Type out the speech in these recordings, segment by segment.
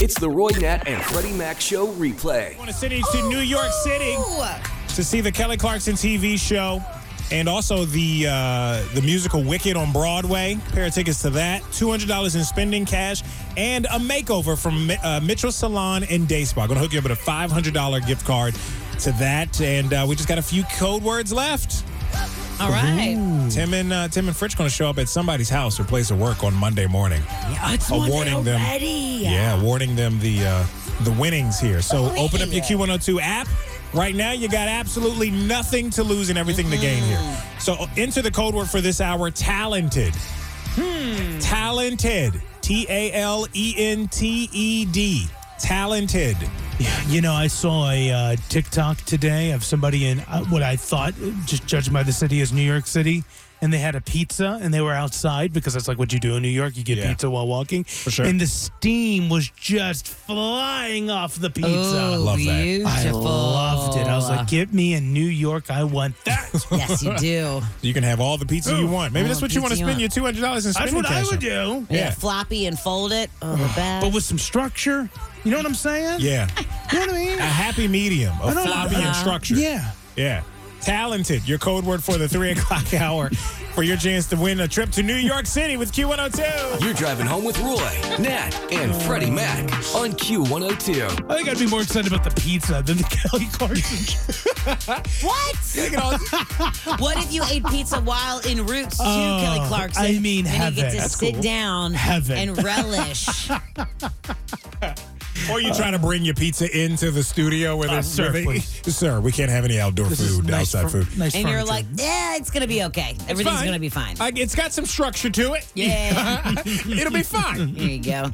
It's the Roy Nat and Freddie Mac Show replay. One of cities to New York City to see the Kelly Clarkson TV show and also the uh, the musical Wicked on Broadway. Pair of tickets to that. Two hundred dollars in spending cash and a makeover from Mi- uh, Mitchell Salon and Day Spa. Going to hook you up with a five hundred dollar gift card to that. And uh, we just got a few code words left. All right. Tim and uh, Tim and Fritch going to show up at somebody's house or place of work on Monday morning. Yeah, it's Oh, Monday warning them. already. Yeah, warning them the uh, the winnings here. So Oh, open up your yeah. Q102 app. Right now, you got absolutely nothing to lose and everything to gain here. Mm-hmm. So uh, enter the code word for this hour: talented. Hmm. Talented. T A L E N T E D. Talented. Yeah, you know, I saw a uh, TikTok today of somebody in uh, what I thought, just judging by the city, is New York City. And they had a pizza and they were outside because that's like what you do in New York. You get Yeah. pizza while walking. For sure. And the steam was just flying off the pizza. Oh, love that. I beautiful. loved it. I was like, get me in New York. I want that. yes, you do. You can have all the pizza you want. Maybe All that's the what you want to pizza spend you your two hundred dollars in That's spending what I cash on. would do. Yeah. Yeah. floppy and fold it. Oh, the bad. But with some structure. You know what I'm saying? Yeah. You know what I mean? A happy medium, a don't- floppy and structure. Yeah. Yeah. Talented, your code word for the three o'clock hour for your chance to win a trip to New York City with Q102. You're driving home with Roy, Nat, and Freddie Mac on Q102. I think I'd be more excited about the pizza than the Kelly Clarkson. what? You can all- what if you ate pizza while en route to Oh, Kelly Clarkson? I mean, and you heaven. get to That's sit cool. down Heaven. and relish. or you try to bring your pizza into the studio where Uh, there's sir, where please. sir, we can't have any outdoor food, outside fur- food. Nice and you're furniture. like, yeah, it's gonna be okay. Everything's gonna be fine. Like, it's got some structure to it. yeah. It'll be fine. There you go.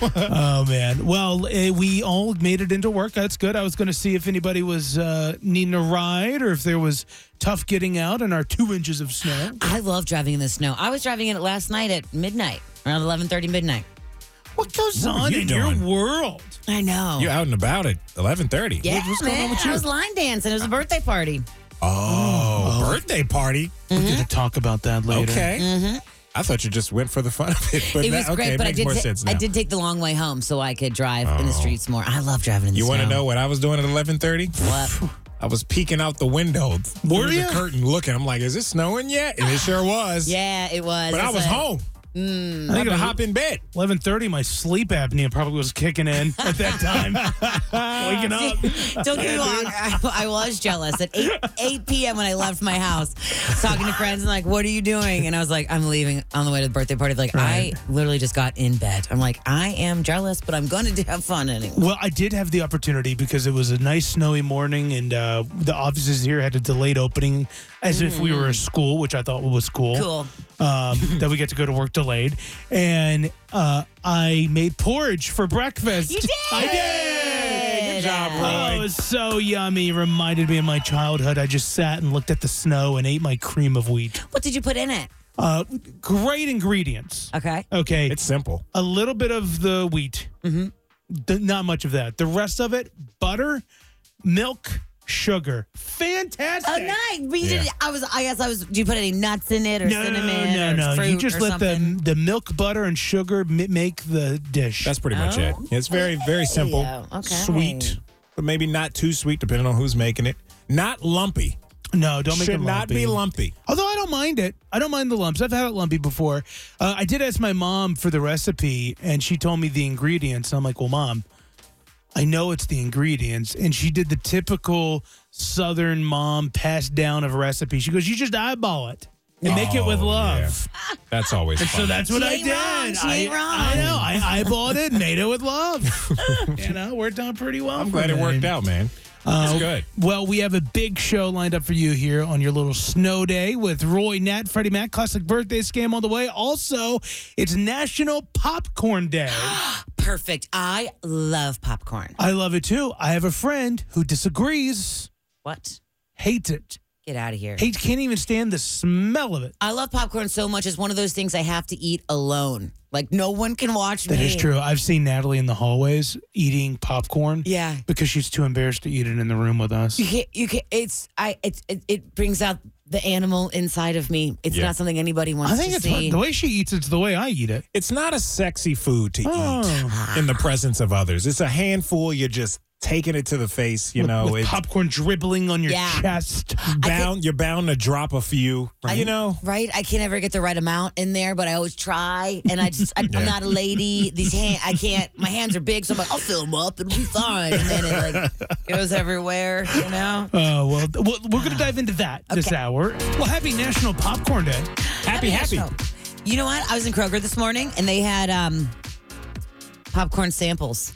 Oh man! Well, eh, we all made it into work. That's good. I was going to see if anybody was uh, needing a ride or if there was tough getting out in our two inches of snow. I love driving in the snow. I was driving in it last night at midnight, around 11:30 midnight. What goes What were on you in doing? your world? I know. You're out and about at 1130. yeah, man. I was line dancing. It was a birthday party. Oh, birthday party. We're going to talk about that later. Okay. I thought you just went for the fun of it. But Mm-hmm. It now- was okay, great, it but I makes did. more ta- sense now. Oh. I did take the long way home so I could drive in the streets more. I love driving in the You snow. want to know what I was doing at 1130? What? I was peeking out the window Were through ya? the curtain looking. I'm like, is it snowing yet? And it sure was. Yeah, mm. it was. But I That's was what- home. I I'm think gonna at hop in bed. eleven thirty, my sleep apnea probably was kicking in at that time. Waking up. Don't get me wrong. I, I was jealous at 8, 8 p.m. when I left my house, talking to friends and like, what are you doing? And I was like, I'm leaving on the way to the birthday party. Like, I literally just got in bed. I'm like, I am jealous, but I'm going to have fun anyway. Well, I did have the opportunity because it was a nice snowy morning, and uh, the offices here had a delayed opening, as if we were a school, which I thought was cool. Mm. Cool. um, that we get to go to work delayed. And uh, I made porridge for breakfast. You did! I did! Good job, Oh, it was so yummy. It reminded me of my childhood. I just sat and looked at the snow and ate my cream of wheat. What did you put in it? Uh, great ingredients. Okay. Okay. It's simple. a little bit of the wheat. Mm-hmm. D- not much of that. The rest of it, butter, milk, sugar. Fantastic. Oh, nice. But you Yeah. didn't, I was, I guess I was, do you put any nuts in it or No, no, cinnamon? no, or no, no. Fruit You just or let something? the the milk, butter, and sugar mi- make the dish. That's pretty much it. Oh. It's very, very simple. Yeah, okay. Sweet, but maybe not too sweet, depending on who's making it. Not lumpy. no, don't make Should it not be lumpy. Although I don't mind it. I don't mind the lumps. I've had it lumpy before. Uh, I did ask my mom for the recipe, and she told me the ingredients. And I'm like, well, mom, I know it's the ingredients. And she did the typical Southern mom pass down of a recipe. She goes, you just eyeball it and make it with Oh, love. yeah. That's always fun. So that's what She I ain't did. wrong. She I, ain't wrong. I know. I eyeballed it, and made it with love. you know, worked out pretty well. I'm glad it worked out, man. Uh, it's good. Well, we have a big show lined up for you here on your little snow day with Roy, Nat, Freddie Mac, classic birthday scam on the way. Also, it's National Popcorn Day. perfect. I love popcorn. I love it too. I have a friend who disagrees, What? hates it. Get out of here. Hates can't even stand the smell of it. I love popcorn so much. It's one of those things I have to eat alone. Like no one can watch me. That is true. I've seen Natalie in the hallways eating popcorn. Yeah. Because she's too embarrassed to eat it in the room with us. You can't. You can't. It's. I. It's. It, it brings out the animal inside of me. It's Yeah. not something anybody wants I think to it's see. the way she eats it's the way I eat it. It's not a sexy food to Oh. Mm. eat in the presence of others. It's a handful. You're just taking it to the face. You With- know, with, Oh, it's popcorn dribbling on your Yeah. chest. bound. you're bound to drop a few. You know, Right? I can't ever get the right amount in there, but I always try. And I just, I, I'm not a lady. These hand, I can't. My hands are big, so I'm like, I'll fill them up. It'll be fine. And then it like goes everywhere. You know. Oh well, th- well, we're gonna dive into that this hour. Well, happy National Popcorn Day. happy, happy. You know what? I was in Kroger this morning, and they had um popcorn samples.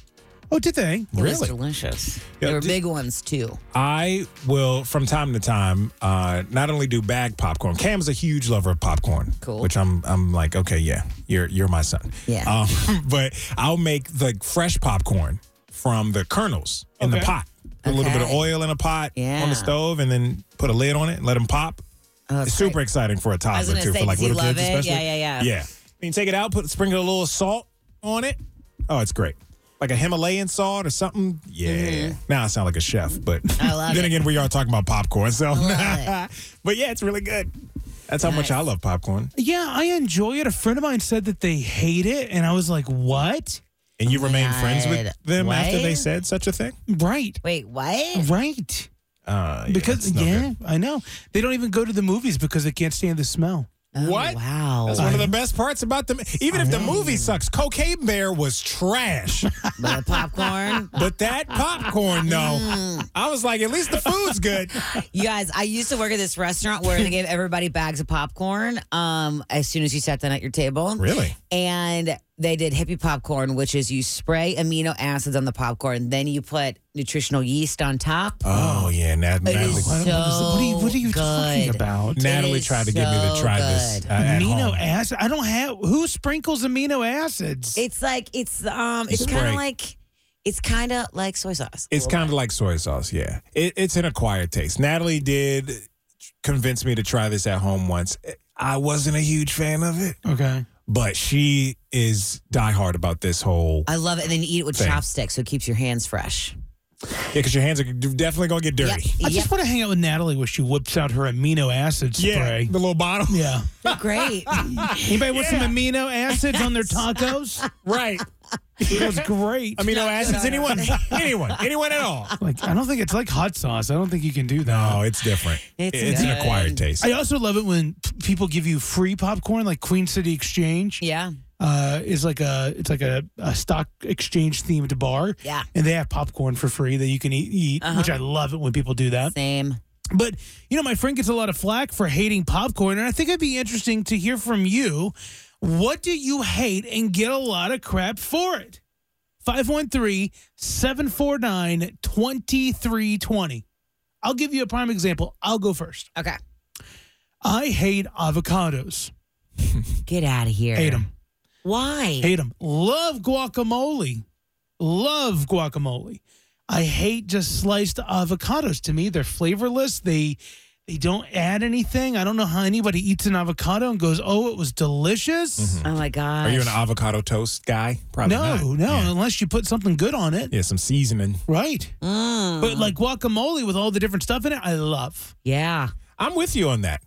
Oh, did they? It was delicious. Yeah, they were did- big ones too. I will, from time to time, uh, not only do bag popcorn. Cam's a huge lover of popcorn, Cool. which I'm, I'm like, okay, yeah, you're, you're my son. Yeah. Um, but I'll make like fresh popcorn from the kernels in the Okay. pot. Put a little bit of Okay. oil in a pot on Yeah. the stove, and then put a lid on it and let them pop. that's it's super exciting for a toddler was gonna too, say, for like does he little love kids it? especially. Yeah, yeah, yeah. Yeah. Then you take it out, put sprinkle a little salt on it. Oh, it's great. Like a Himalayan salt or something. Yeah. Now I sound like a chef, but Mm-hmm. I love then it. again, we are talking about popcorn. So, love but yeah, it's really good. That's how much I love popcorn. Yeah, I enjoy it. A friend of mine said that they hate it, and I was like, "What? And you remain God. friends with them after they What? said such a thing? Right, Wait, what? right." Uh, yeah, Because it's no yeah, good. I know they don't even go to the movies because they can't stand the smell. Oh, What? Wow. That's one of the best parts about them. Even if the movie sucks, Cocaine Bear was trash. But the popcorn. But that popcorn, though, Mm. I was like, at least the food's good. You guys, I used to work at this restaurant where they gave everybody bags of popcorn um, as soon as you sat down at your table. Really? And they did hippie popcorn, which is you spray amino acids on the popcorn, then you put nutritional yeast on top. Oh yeah, Nat- It Natalie, is I don't know, what are you, what are you So talking good. about? Natalie it is tried to get me to so try this good. uh, at amino home. acid? I don't have. Who sprinkles amino acids? It's like it's um, it's Spray. kind of like it's kind of like soy sauce. It's kind of like soy sauce. Yeah, it, it's an acquired taste. Natalie did convince me to try this at home once. I wasn't a huge fan of it, okay. but she is diehard about this whole. I love it, and then you eat it with Same. chopsticks, so it keeps your hands fresh. Yeah, because your hands are definitely gonna get dirty. I Yep, yep. just want to hang out with Natalie where she whips out her amino acid Yeah, spray. the little bottle. Yeah. They're great. Anybody want some amino acids on their tacos? right. That's great. Amino acids. Anyone? anyone? Anyone at all? like I don't think it's like hot sauce. I don't think you can do that. No, it's different. It's an good. acquired taste. I also love it when p- people give you free popcorn, like Queen City Exchange. yeah. uh, is like a it's like a, a stock exchange themed bar. Yeah. Uh-huh. and they have popcorn for free that you can eat, eat which I love it when people do that. Same. But you know, my friend gets a lot of flack for hating popcorn, and I think it'd be interesting to hear from you. What do you hate and get a lot of crap for it? 513-749-2320. I'll give you a prime example. I'll go first. Okay. I hate avocados. Get out of here. Hate them. Why? Hate them. Love guacamole. Love guacamole. I hate just sliced avocados. To me, they're flavorless. They they don't add anything. I don't know how anybody eats an avocado and goes, "Oh, it was delicious." Oh my god. Are you an avocado toast guy? Probably No, not. no, Yeah. unless you put something good on it. yeah, some seasoning. Right. Mm. But like guacamole with all the different stuff in it, I love. yeah. I'm with you on that.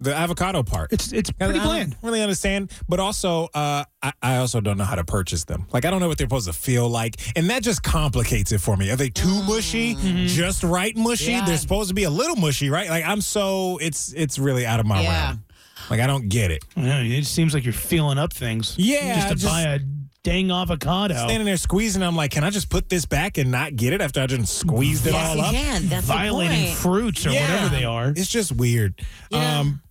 The avocado part. It's it's I pretty don't bland. Really understand, but also uh, I, I also don't know how to purchase them. Like I don't know what they're supposed to feel like, and that just complicates it for me. Are they too mushy? Just right mushy? Yeah. They're supposed to be a little mushy, right? Like I'm so it's it's really out of my Yeah. realm. Like I don't get it. Yeah, it seems like you're feeling up things. Yeah, Just to just- buy a dang avocado. Standing there squeezing, I'm like, can I just put this back and not get it after I just squeezed it Yes, all you up? can. That's the violating point. fruits or whatever they are. It's just weird. Yeah. Um,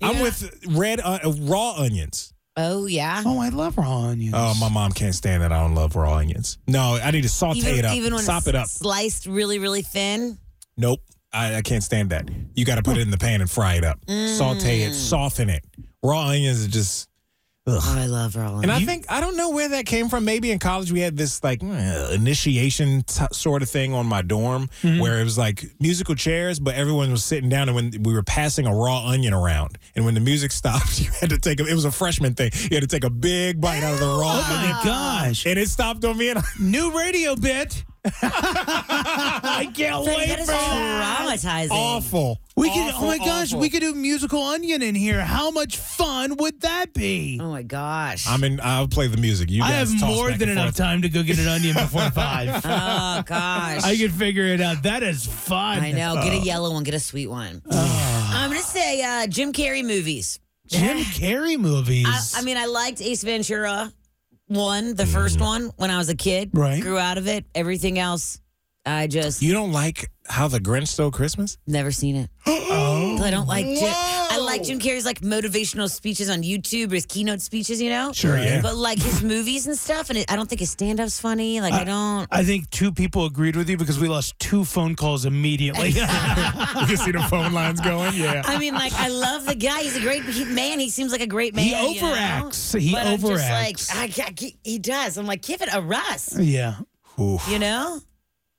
I'm Yeah. with red uh, raw onions. oh yeah. Oh, I love raw onions. Oh, my mom can't stand that. I don't love raw onions. No, I need to saute it up, when sop it's it up. Sliced really, really thin. Nope, I, I can't stand that. Mm. You got to put it in the pan and fry it up, saute it, soften it. Raw onions are just Oh, I love rolling. And I think I don't know where that came from. Maybe in college we had this like eh, initiation t- sort of thing on my dorm Mm-hmm. where it was like musical chairs, but everyone was sitting down, and when we were passing a raw onion around, and when the music stopped, you had to take a, it was a freshman thing. You had to take a big bite out of the raw Oh onion, my gosh! and it stopped on me, and I, New radio bit. I can't Like, wait that for is that. traumatizing. Awful. We could. Awful, oh my gosh! awful. We could do musical onion in here. How much fun would that be? Oh my gosh. I'm in. I'll play the music. You I guys have toss more back than and enough forth. time to go get an onion before five. oh gosh. I can figure it out. That is fun. I know. Get a Uh, yellow one. Get a sweet one. I'm gonna say uh, Jim Carrey movies. Jim Carrey movies. I, I mean, I liked Ace Ventura one, the first one, when I was a kid. Right. Grew out of it. Everything else, I just You don't like how the Grinch stole Christmas? never seen it. I don't like. Jim, I Whoa. like Jim Carrey's like motivational speeches on YouTube or his keynote speeches. You know. Sure, yeah. But like his movies and stuff, and it, I don't think his stand-up's funny. Like I don't. I think two people agreed with you because we lost two phone calls immediately. you can see the phone lines going. Yeah. I mean, like, I love the guy. He's a great he- man. He seems like a great man. He you know? overacts. He but I'm overacts. just like, I, I, he does. I'm like, give it a rest. yeah. Oof. You know?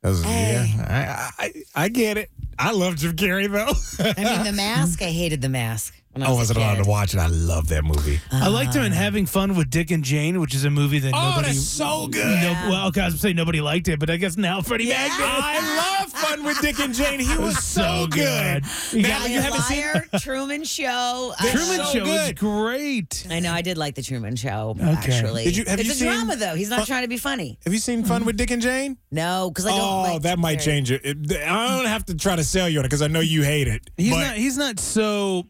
That was- yeah. I, I I get it. I love Jim Carrey though. I mean, The Mask. I hated The Mask. When I I was wasn't a allowed kid. to watch Oh, it. I love that movie. I liked him in Having Fun with Dick and Jane, which is a movie that Uh-huh. Oh, nobody. that's so good. No, well, okay, I was saying nobody liked it, but I guess now Freddie Yeah. Mac. I love Fun with Dick and Jane. He was so good. You Now, got- Liar, you haven't seen Liar, Truman Show. I- Truman so Show is good. great. I know. I did like The Truman Show, Okay. actually. Did you- have it's you a seen- drama, though. He's not trying to be funny. Have you seen Fun with Dick and Jane? No, because I don't Oh, like that Jim might Carrey. change it. It- I don't have to try to sell you on it because I know you hate it. He's but not. He's not so.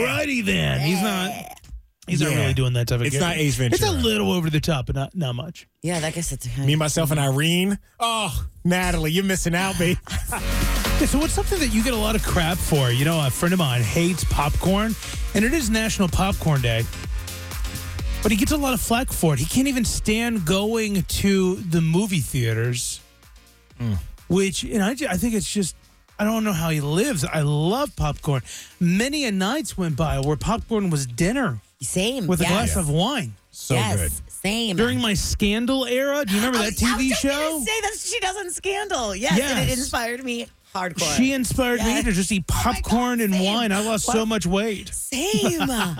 Alrighty then. He's not. He's not Yeah. really doing that type of. It's not character. Ace It's a Ventura. little over the top, but not not much. Yeah, I guess it's me, myself, and Irene. Oh, Natalie, you're missing out, babe. Yeah, so what's something that you get a lot of crap for? You know, a friend of mine hates popcorn, and it is National Popcorn Day. But he gets a lot of flack for it. He can't even stand going to the movie theaters, which, and I, ju- I think it's just, I don't know how he lives. I love popcorn. Many a nights went by where popcorn was dinner Same. with yes. a glass of wine. So yes, good. Same. During my Scandal era, do you remember I that was- Oh, I was TV just show? gonna Say that she does on Scandal. Yes, and Yes. it inspired me hardcore. She inspired me Yes. Oh to just eat my God, popcorn and same. wine. I lost so much weight. Same. oh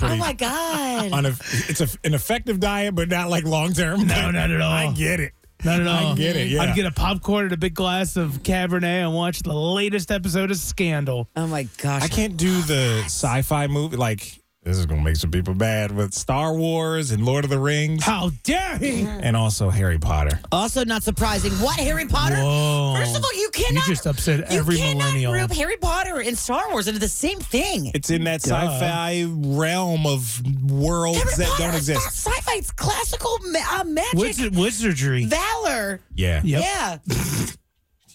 my god. On a, it's a, an effective diet, but not like long term. No, not at all. I get it. Not at all. I get it. Yeah. I'd get a popcorn and a big glass of Cabernet and watch the latest episode of Scandal. Oh my gosh. I can't do the sci-fi movie. Like this is gonna make some people bad, but Star Wars and Lord of the Rings, How dare he? and also Harry Potter. Also, not surprising. What Harry Potter? Whoa. First of all, you You cannot. just upset you every cannot millennial. group Harry Potter and Star Wars into the same thing. It's in that sci-fi realm of worlds Harry that Potter don't is exist. not sci-fi. It's classical ma- uh, magic, Wizard- wizardry. valor. Yeah, Yep. Yeah.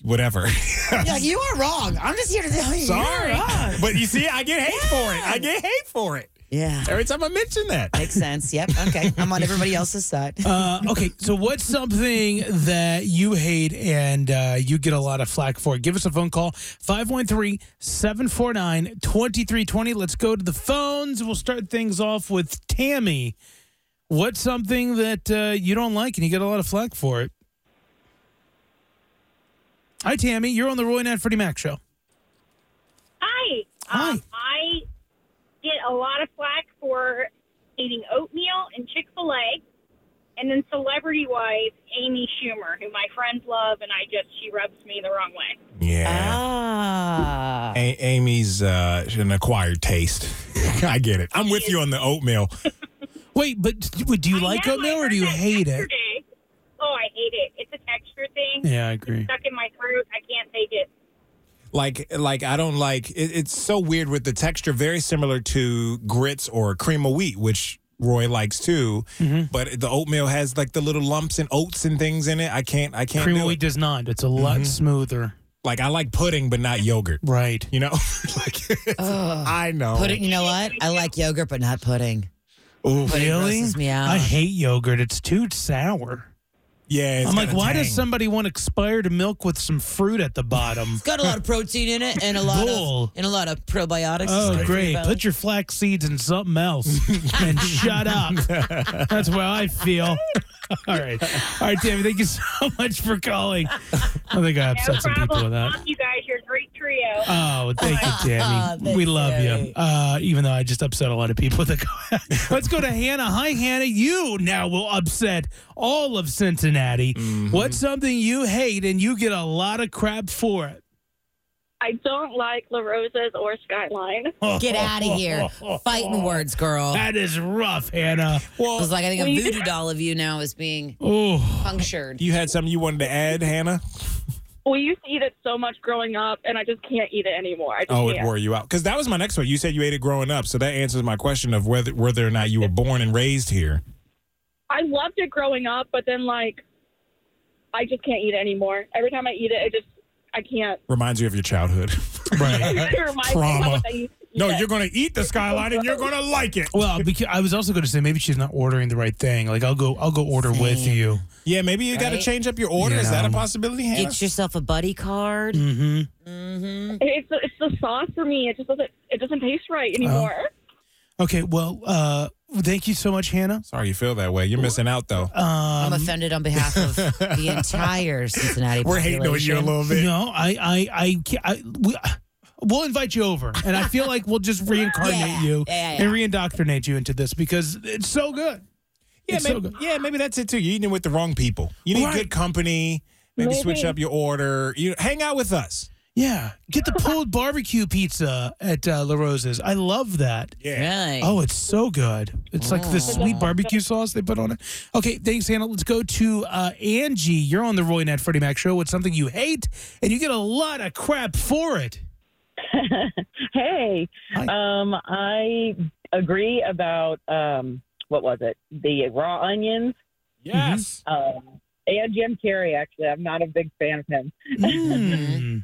whatever. yeah. You are wrong. I'm just here to tell you. Sorry, You're wrong. but you see, I get hate for it. I get hate for it Yeah. every time I mention that. Makes sense. Yep. Okay. I'm on everybody else's side. Uh, okay, so what's something that you hate and uh, you get a lot of flack for? Give us a phone call, 513-749-2320. Let's go to the phones. We'll start things off with Tammy. What's something that uh, you don't like and you get a lot of flack for it? Hi, Tammy. You're on the Roy Nat Freddie Mac show. Hi. Hi. Um, I get a lot of flack for eating oatmeal and Chick fil A. And then celebrity wise, Amy Schumer, who my friends love, and I just, she rubs me the wrong way. Yeah, Ah. A- Amy's uh, an acquired taste. I get it. I'm with you on the oatmeal. Wait, but d- do you like Now I oatmeal or do heard you that hate it? yesterday. Oh, I hate it. It's a texture thing. Yeah, I agree. Stuck in my throat. I can't take it. like like I don't like it, it's so weird with the texture very similar to grits or cream of wheat which Roy likes too Mm-hmm. but the oatmeal has like the little lumps and oats and things in it I can't I can't Cream of do wheat it. does not. It's a lot smoother. like I like pudding but not yogurt Right. you know like it's- I know Pudding. You know what? I like yogurt, but not pudding. Ooh. Pudding grosses me out. I hate yogurt. It's too sour. Yeah, it's I'm like, gotta why does tang. somebody want expired milk with some fruit at the bottom? It's got a lot of protein in it and a lot Bull. of and a lot of probiotics. It's Oh, good for great. your belly. Put your flax seeds in something else and shut up. That's what I feel. All right. All right, Tammy, thank you so much for calling. I think I No upset some people problem. with that. Love you guys. You're a great trio. Oh, thank you, Tammy. Ah, Thanks, we love you. Tammy. Uh, even though I just upset a lot of people. That go- Let's go to Hannah. Hi, Hannah. You now will upset all of Cincinnati. What's something you hate and you get a lot of crap for it? I don't like La Rosa's or Skyline. Get out of here. Fighting words, girl. I Oh, That is rough, Hannah. was Well, like, I think Well, a you- voodoo doll of you now is being Oh, punctured. you had something you wanted to add, Hannah? We used to eat it so much growing up, and I just can't eat it anymore. I just Oh, it can't. wore you out. Because that was my next one. You said you ate it growing up, so that answers my question of whether whether or not you were born and raised here. I loved it growing up, but then like, I just can't eat it anymore. Every time I eat it, it just I can't. Reminds you of your childhood. It reminds me Trauma. of when I used to eat no, it. you're gonna eat the skyline and you're gonna like it. Well, because I was also going to say maybe she's not ordering the right thing. Like I'll go, I'll go order with Same. you. Yeah, maybe you got to Right? change up your order. Is that a Yeah. possibility, Hannah? Get yourself a buddy card. Mm-hmm. Mm-hmm. It's it's the sauce for me. It just doesn't it doesn't taste right Uh-huh. anymore. Okay. Well, uh, thank you so much, Hannah. Sorry you feel that way. You're missing out though. Um, I'm offended on behalf of the entire Cincinnati We're hating on you a population. little bit. no, I, I, I, ca- I we, we'll invite you over, and I feel like we'll just reincarnate Yeah, you yeah, yeah. and reindoctrinate you into this because it's so good. Yeah, It's so maybe, good. yeah, maybe that's it too. You're eating with the wrong people. You need Right. good company. Maybe, Maybe. switch up your order. You hang out with us. Yeah, get the pulled barbecue pizza at uh, La Rosa's. I love that. Right. Oh, it's so good. It's like Oh. the sweet barbecue sauce they put on it. Okay, thanks, Hannah. Let's go to uh, Angie. You're on the Roy Nat Freddie Mac show with something you hate, and you get a lot of crap for it. Hey, Hi. um, I agree about um, what was it? The raw onions Yes. um, and Jim Carrey. Actually, I'm not a big fan of him, Mm.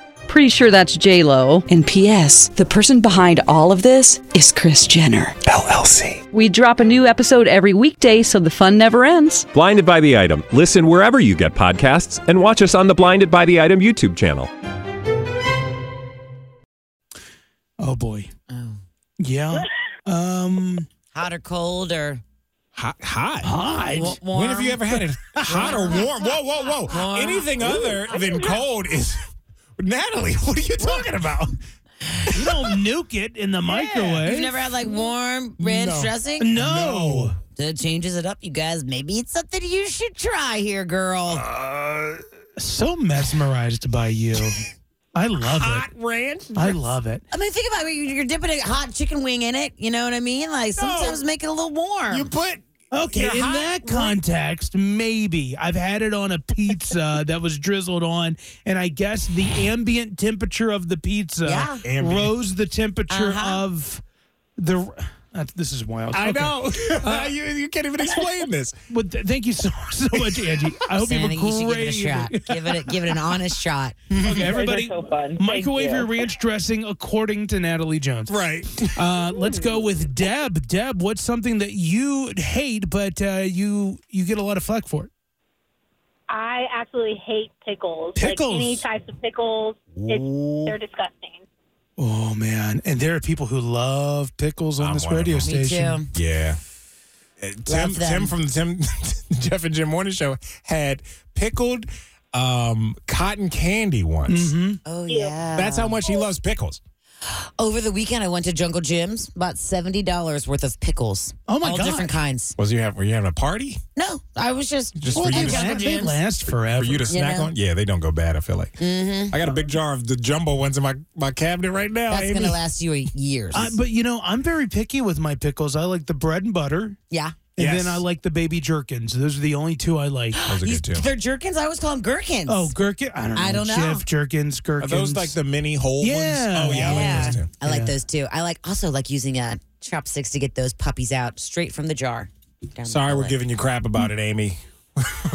Pretty sure that's J Lo. And P.S. The person behind all of this is Chris Jenner. LLC. We drop a new episode every weekday, so the fun never ends. Blinded by the item. Listen wherever you get podcasts, and watch us on the Blinded by the Item YouTube channel. Oh boy. Oh. Yeah. Um. Hot or cold or Hot. Hot. Hot. wa- warm? When have you ever had it hot or warm? Whoa, whoa, whoa. Warm. Anything other than cold is. Natalie, what are you talking about? You don't nuke it in the microwave. You've never had like warm ranch dressing? no. That changes it up, you guys. Maybe it's something you should try here, girl. So mesmerized by you. I love Hot it. ranch? I love it. I mean, think about it. You're dipping a hot chicken wing in it. You know what I mean? Like sometimes make it a little warm. You put. Okay, your in hot that context, maybe I've had it on a pizza that was drizzled on, and I guess the ambient temperature of the pizza Yeah. Ambient. rose the temperature Uh-huh. of the. That's, this is wild. I Okay. know. you, you can't even explain this. But th- thank you so so much, Angie. I hope Sam, I you think have a you should give it a great shot. evening. give it, a, give it an honest shot. Okay, everybody, so fun. Thank microwave you. your ranch dressing according to Natalie Jones. Right. Uh, let's go with Deb. Deb, what's something that you hate, but uh, you you get a lot of flack for it? I absolutely hate pickles. Pickles? Like any types of pickles. It's, they're disgusting. Oh man, and there are people who love pickles on I'm this one of radio them. Me station. too. Yeah. Uh, Tim, Love them. Tim from the Tim Jeff and Jim Morning Show had pickled um, cotton candy once. Oh yeah. That's how much he loves pickles. Over the weekend, I went to Jungle Jim's. About seventy dollars worth of pickles. Oh, my All God. different kinds. Was you have were you having a party No, I was just Just Well, for you at to- Jungle They Jim's. last forever. for you to snack know. on? Yeah, they don't go bad. I feel like I got a big jar of the jumbo ones in my, my cabinet right now. That's Amy. gonna last you years. I- Uh, but you know, I'm very picky with my pickles. I like the bread and butter, yeah. and Yes. then I like the baby gherkins. Those are the only two I like. Those are You- good too. They're gherkins. I always call them gherkins. Oh, gherkin. I don't know. I don't know. Jeff, gherkins, Are gherkins. those like the mini whole Yeah. ones? Oh yeah, I like those too. I like those too. I like also like using a chopsticks to get those puppies out straight from the jar. Down the Sorry, we're toilet. giving you crap about it, Amy.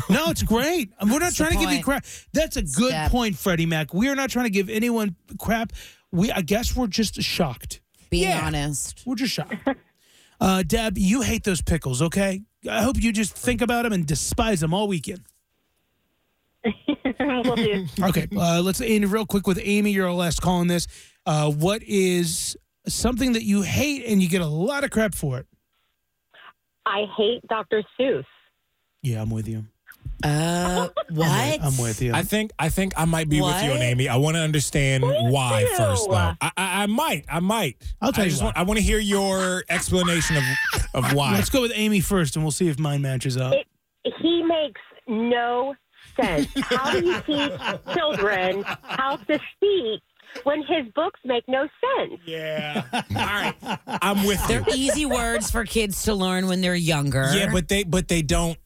No, it's great. We're not trying to give you point. crap. That's a good Step. point, Freddie Mac. We are not trying to give anyone crap. We, I guess, we're just shocked. Being Yeah. honest. We're just shocked. uh, Deb, you hate those pickles, okay? I hope you just think about them and despise them all weekend. Will do. Okay, uh, let's end real quick with Amy. You're our last call on this. Uh, what is something that you hate and you get a lot of crap for it? I hate Dr. Seuss. Yeah, I'm with you. Uh, what? I'm with you. I think I think I might be with you on What? Amy. I want to understand why first, though. I, I I might I might. I'll tell I you just why. want, I want to hear your explanation of of why. Let's go with Amy first, and we'll see if mine matches up. It- He makes no sense. How do you teach children how to speak when his books make no sense? Yeah. All right. I'm with you. They're easy words for kids to learn when they're younger. Yeah, but they but they don't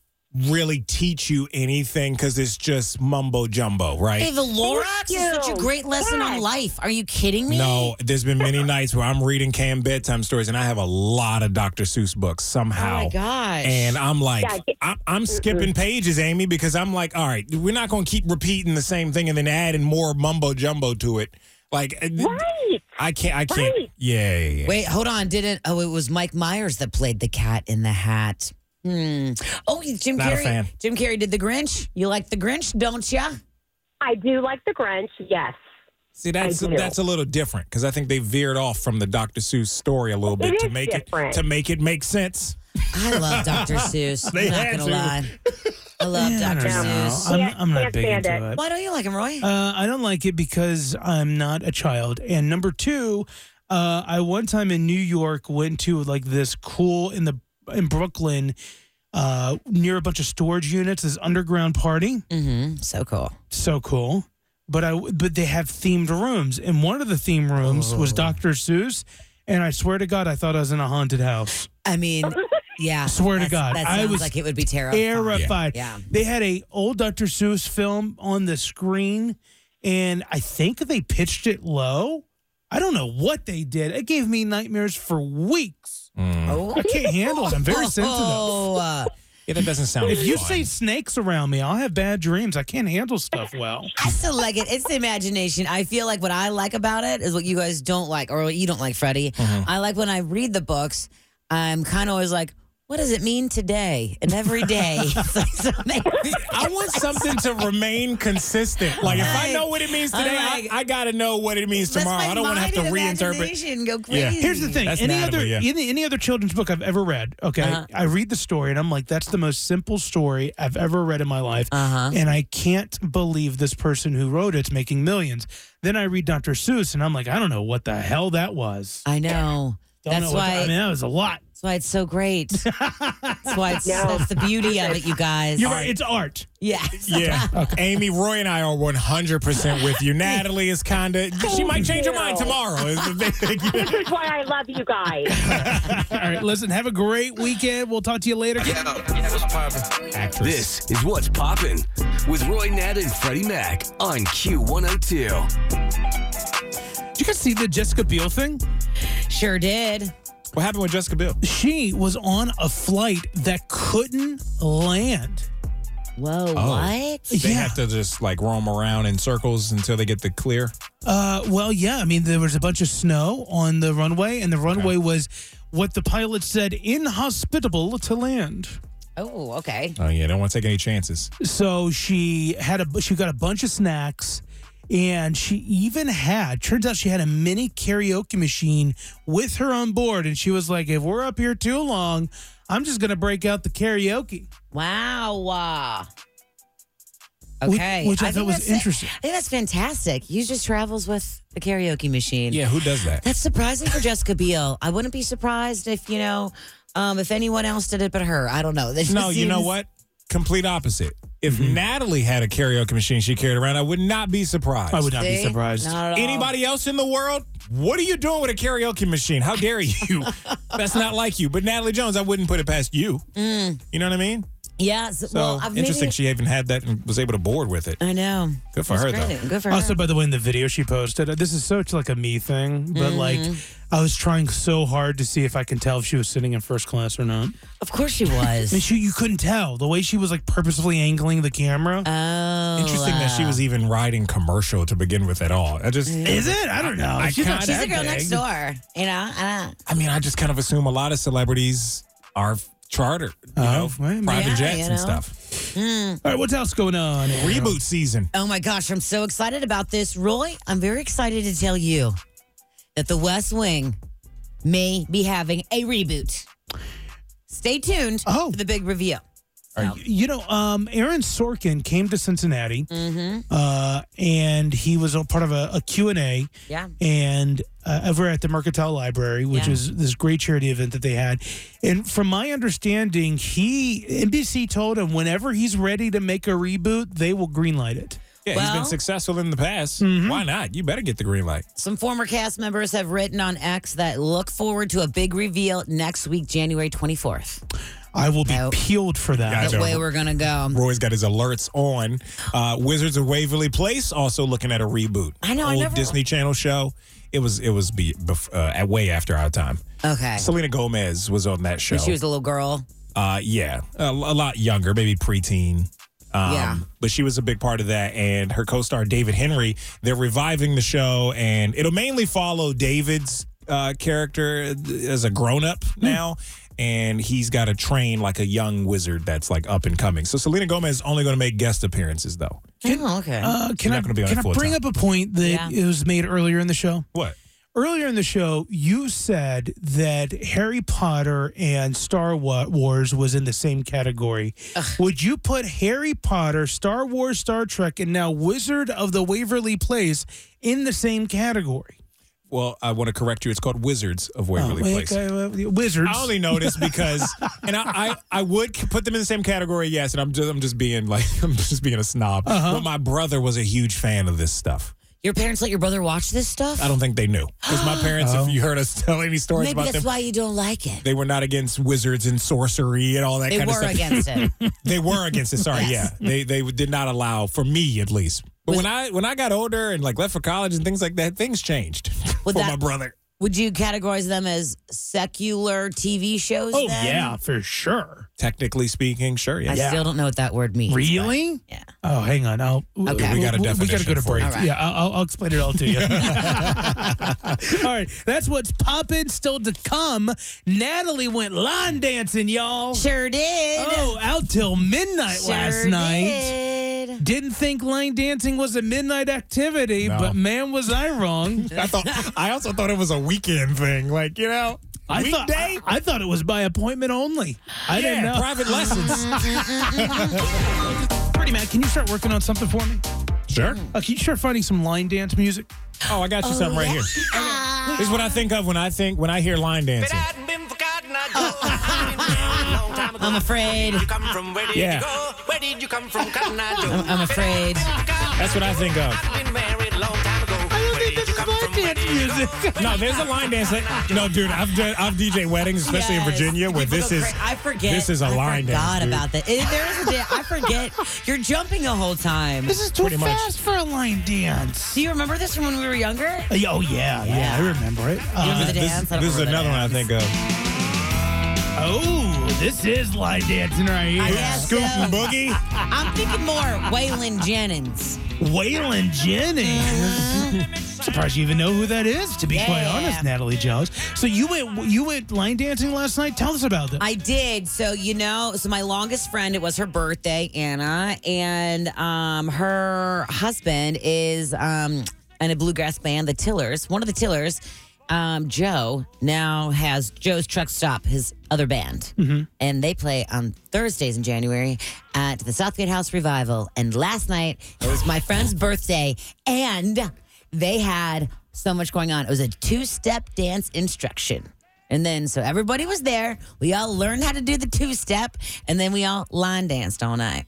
really teach you anything because it's just mumbo jumbo, right? Hey, the Lorax is such a you. great lesson on Yes. life. Are you kidding me? No, there's been many nights where I'm reading Cam bedtime stories, and I have a lot of Dr. Seuss books somehow. Oh my gosh. And I'm like, Yeah, get- I'm, I'm skipping pages, Amy, because I'm like, all right, we're not going to keep repeating the same thing and then adding more mumbo jumbo to it. Like, uh, th- Right. I can't, I can't. Right. Yeah, yeah, yeah. Wait, hold on. Didn't oh, it was Mike Myers that played the cat in the hat. Hmm. Oh, Jim Not a Carrey. fan. Jim Carrey did the Grinch. You like the Grinch, don't ya? I do like the Grinch, yes. See, that's I do. that's a little different because I think they veered off from the Dr. Seuss story a little bit to is make different. it to make it make sense. I love Dr. Seuss. They I'm not had gonna to. lie. I love Yeah, I Dr. don't know. Seuss. I'm, Can't- I'm not can't big stand into it. it. Why don't you like him, Roy? Uh, I don't like it because I'm not a child. And number two, uh, I one time in New York went to like this cool in the in Brooklyn uh, near a bunch of storage units, this underground party. mm-hmm. So cool. So cool. But I but they have themed rooms, and one of the theme rooms was Dr. Seuss. And I swear to God, I thought I was in a haunted house. I mean, yeah. Swear to that's- God, That I sounds was like it would be terrifying. terrified. Yeah. They had a old Dr. Seuss film on the screen, and I think they pitched it low. I don't know what they did. It gave me nightmares for weeks. Oh. I can't handle it. Mm. I'm very sensitive. Oh, uh, Yeah, that doesn't sound. If you fun. say snakes around me, I'll have bad dreams. I can't handle stuff well. I still like it. It's the imagination. I feel like what I like about it is what you guys don't like, or what you don't like, Freddie. Mm-hmm. I like when I read the books. I'm kind of always like, what does it mean today? And every day, it's like something. I want something to remain consistent. Like if I Right. know what it means I'm today, I, like- I gotta know what it means That's tomorrow. my I don't want to have to mind reinterpret. and imagination Go crazy. Yeah. Here's the thing. That's any anatomy, other yeah. any, any other children's book I've ever read, okay? Uh-huh. I read the story and I'm like, that's the most simple story I've ever read in my life. Uh-huh. And I can't believe this person who wrote it's making millions. Then I read Dr. Seuss and I'm like, I don't know what the hell that was. I know. Don't That's know what why. that- I mean, that was a lot. that's why it's so great. that's why it's that's the beauty of it, you guys. You're right. It's art. Yes. Yeah, Amy, Roy, and I are 100 percent with you. Natalie is kind of she might change her mind tomorrow. Is the thing. This is why I love you guys. All right, listen, have a great weekend. We'll talk to you later. Uh, This is What's Poppin' with Roy Nat and Freddie Mac on Q102. Did you guys see the Jessica Biel thing? Sure did. what happened with Jessica Biel? She was on a flight that couldn't land. Whoa. Oh. What? They Yeah. have to just like roam around in circles until they get the clear. Uh, well, yeah. I mean, there was a bunch of snow on the runway, and the runway was what the pilot said inhospitable to land. Oh, okay. Oh yeah, don't want to take any chances. So she had a she got a bunch of snacks, and she even had turns out she had a mini karaoke machine with her on board, and she was like, "If we're up here too long, I'm just gonna break out the karaoke." Wow. Which- Okay. which I think thought was that's- interesting. I think that's fantastic. He just travels with the karaoke machine. Yeah, who does that? That's surprising for Jessica Biel. I wouldn't be surprised if, you know, um, if anyone else did it but her. I don't know. That just No, you know seems- what? Complete opposite. If Natalie had a karaoke machine she carried around, I would not be surprised. I would not be See? surprised. Not at all. Anybody else in the world? What are you doing with a karaoke machine? How dare you? That's not like you. But Natalie Jones, I wouldn't put it past you. You know what I mean? Yes. So Mm. well, I've interesting Maybe, she even had that and was able to board with it. I know. Good for That's her, great. though. Oh, Good for Also, her. by the way, in the video she posted, uh, this is such like a me thing, Mm-hmm. but like I was trying so hard to see if I can tell if she was sitting in first class or not. Of course she I mean, was. she, you couldn't tell the way she was like purposefully angling the camera. oh. Interesting that she wow. was even riding commercial to begin with at all. I just is it? I don't know. I She's not kinda She's the girl begged. next door. You know. I I mean, I just kind of assume a lot of celebrities are chartered, you Oh, know, well, private yeah, jets you know. and stuff. All right, what else going on? Reboot season. Oh my gosh, I'm so excited about this. Roy, I'm very excited to tell you that the West Wing may be having a reboot. Stay tuned Oh. for the big review. You know, um, Aaron Sorkin came to Cincinnati, Mm-hmm. uh, and he was a part of a, a Q&A. Yeah. and uh, over at the Mercantile Library, which Yeah. is this great charity event that they had. And from my understanding, he NBC told him whenever he's ready to make a reboot, they will greenlight it. Yeah, he's been Well- successful in the past. Mm-hmm. Why not? You better get the green light. Some former cast members have written on X that look forward to a big reveal next week, January 24th. I will be Nope. peeled for Yeah, that. I The know. way we're going to go. Roy's got his alerts on. Uh, Wizards of Waverly Place also looking at a reboot. I know, I Old never- Disney Channel show. It was it was be, bef- uh, at way after our time. Okay. Selena Gomez was on that show. When she was a little girl. uh, yeah, a, a lot younger, maybe preteen. Um, Yeah. But she was a big part of that, and her co-star David Henry. They're reviving the show, and it'll mainly follow David's uh, character as a grown-up now. And he's got to train like a young wizard that's like up and coming. So Selena Gomez is only going to make guest appearances though. oh, okay. Uh, can not I, gonna be on can it I full bring time. up a point that Yeah. it was made earlier in the show? What? Earlier in the show, you said that Harry Potter and Star Wa- Wars was in the same category. Would you put Harry Potter, Star Wars, Star Trek, and now Wizard of the Waverly Place in the same category? Well, I want to correct you. It's called Wizards of Waverly Oh, Place. okay, well, Wizards. I only noticed because, and I, I, I would c- put them in the same category, yes. And I'm just, I'm just being like, I'm just being a snob. Uh-huh. But my brother was a huge fan of this stuff. your parents let your brother watch this stuff? I don't think they knew because my parents, Oh. if you heard us tell any stories Maybe about that's them, why you don't like it. they were not against wizards and sorcery and all that They kind of were stuff. against it. They were against it. Sorry, Yes. yeah. They they did not allow for me at least. But when I when I got older and like left for college and things like that, things changed for Would that- my brother. Would you categorize them as secular TV shows? Oh, then? yeah, for sure. Technically speaking, sure, I yeah. still don't know what that word means. Really? Yeah. Oh, hang on. I'll, Okay. We got a We got to go definition to for break. it. All right. Yeah, I'll, I'll- I'll explain it all to you. all right. That's what's popping, still to come. Natalie went line dancing, y'all. Sure did. Oh, out till midnight Sure last night. did. Didn't think line dancing was a midnight activity, No. but man, was I wrong. I thought I also thought it was a weekend thing. Like, you know, I thought I, I thought it was by appointment only. I didn't know. private lessons. Pretty man, can you start working on something for me? sure. Uh, can you start finding some line dance music? Oh, I got you something right here. This is what I think of when I think when I hear line dancing. I'm afraid. Yeah. I'm, I'm afraid. That's what I think of. No, there's a line dance. That, no, dude, I've done, I've DJ weddings, especially in Yes. Virginia, where People this go is cra- I forget. this is a I line dance, forgot dude. about that. It- there is a dance. I forget. You're jumping the whole time. This is too Pretty much. fast for a line dance. Do you remember this from when we were younger? Uh, yeah, Oh yeah, yeah, I remember it. You Uh, remember the This, dance? I don't this is remember another the one I dance. think of. oh, this is line dancing right here. I guess Scoop so. and boogie. I'm thinking more Waylon Jennings. Waylon Jennings. Surprised you even know who that is, to be quite Uh-huh. Yeah. honest, Natalie Jones. So you went you went line dancing last night. Tell us about that. I did. So you know, so my longest friend, it was her birthday, Anna, and um, her husband is um, in a bluegrass band, the Tillers. One of the Tillers, um, Joe, now has Joe's Truck Stop, his other band, and they play on Thursdays in January at the Southgate House Revival. And last night it was my friend's birthday, and they had so much going on. It was a two-step dance instruction. And then so everybody was there. We all learned how to do the two step, and then we all line danced all night.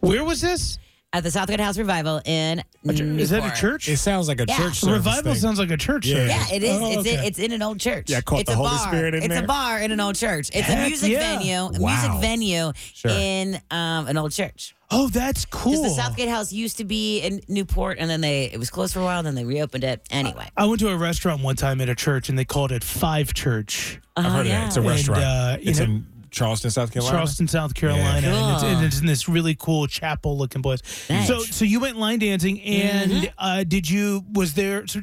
Where was this? at the Southgate House Revival in. Is that a Newport. church? It sounds like a Yeah. church service Revival thing. sounds like a church. Yeah. service. Yeah, it is. Oh, it's okay. in, it's in an old church. Yeah, I caught it's the a Holy bar. Spirit in it's there. a bar in an old church. It's a Heck music yeah. venue. A music Wow. venue Sure. in um, an old church. oh, that's Because cool. the Southgate House used to be in Newport, and then they it was closed for a while, and then they reopened it. Anyway, I went to a restaurant one time at a church, and they called it Five Church, I've Oh, heard of that. It's a And, restaurant. uh, you it's know- in Charleston, South Carolina. Charleston, South Carolina, and, it's, Cool. and it's in this really cool chapel-looking place. Nice. Mm-hmm. So, so you went line dancing, and uh, did you? Was there? So,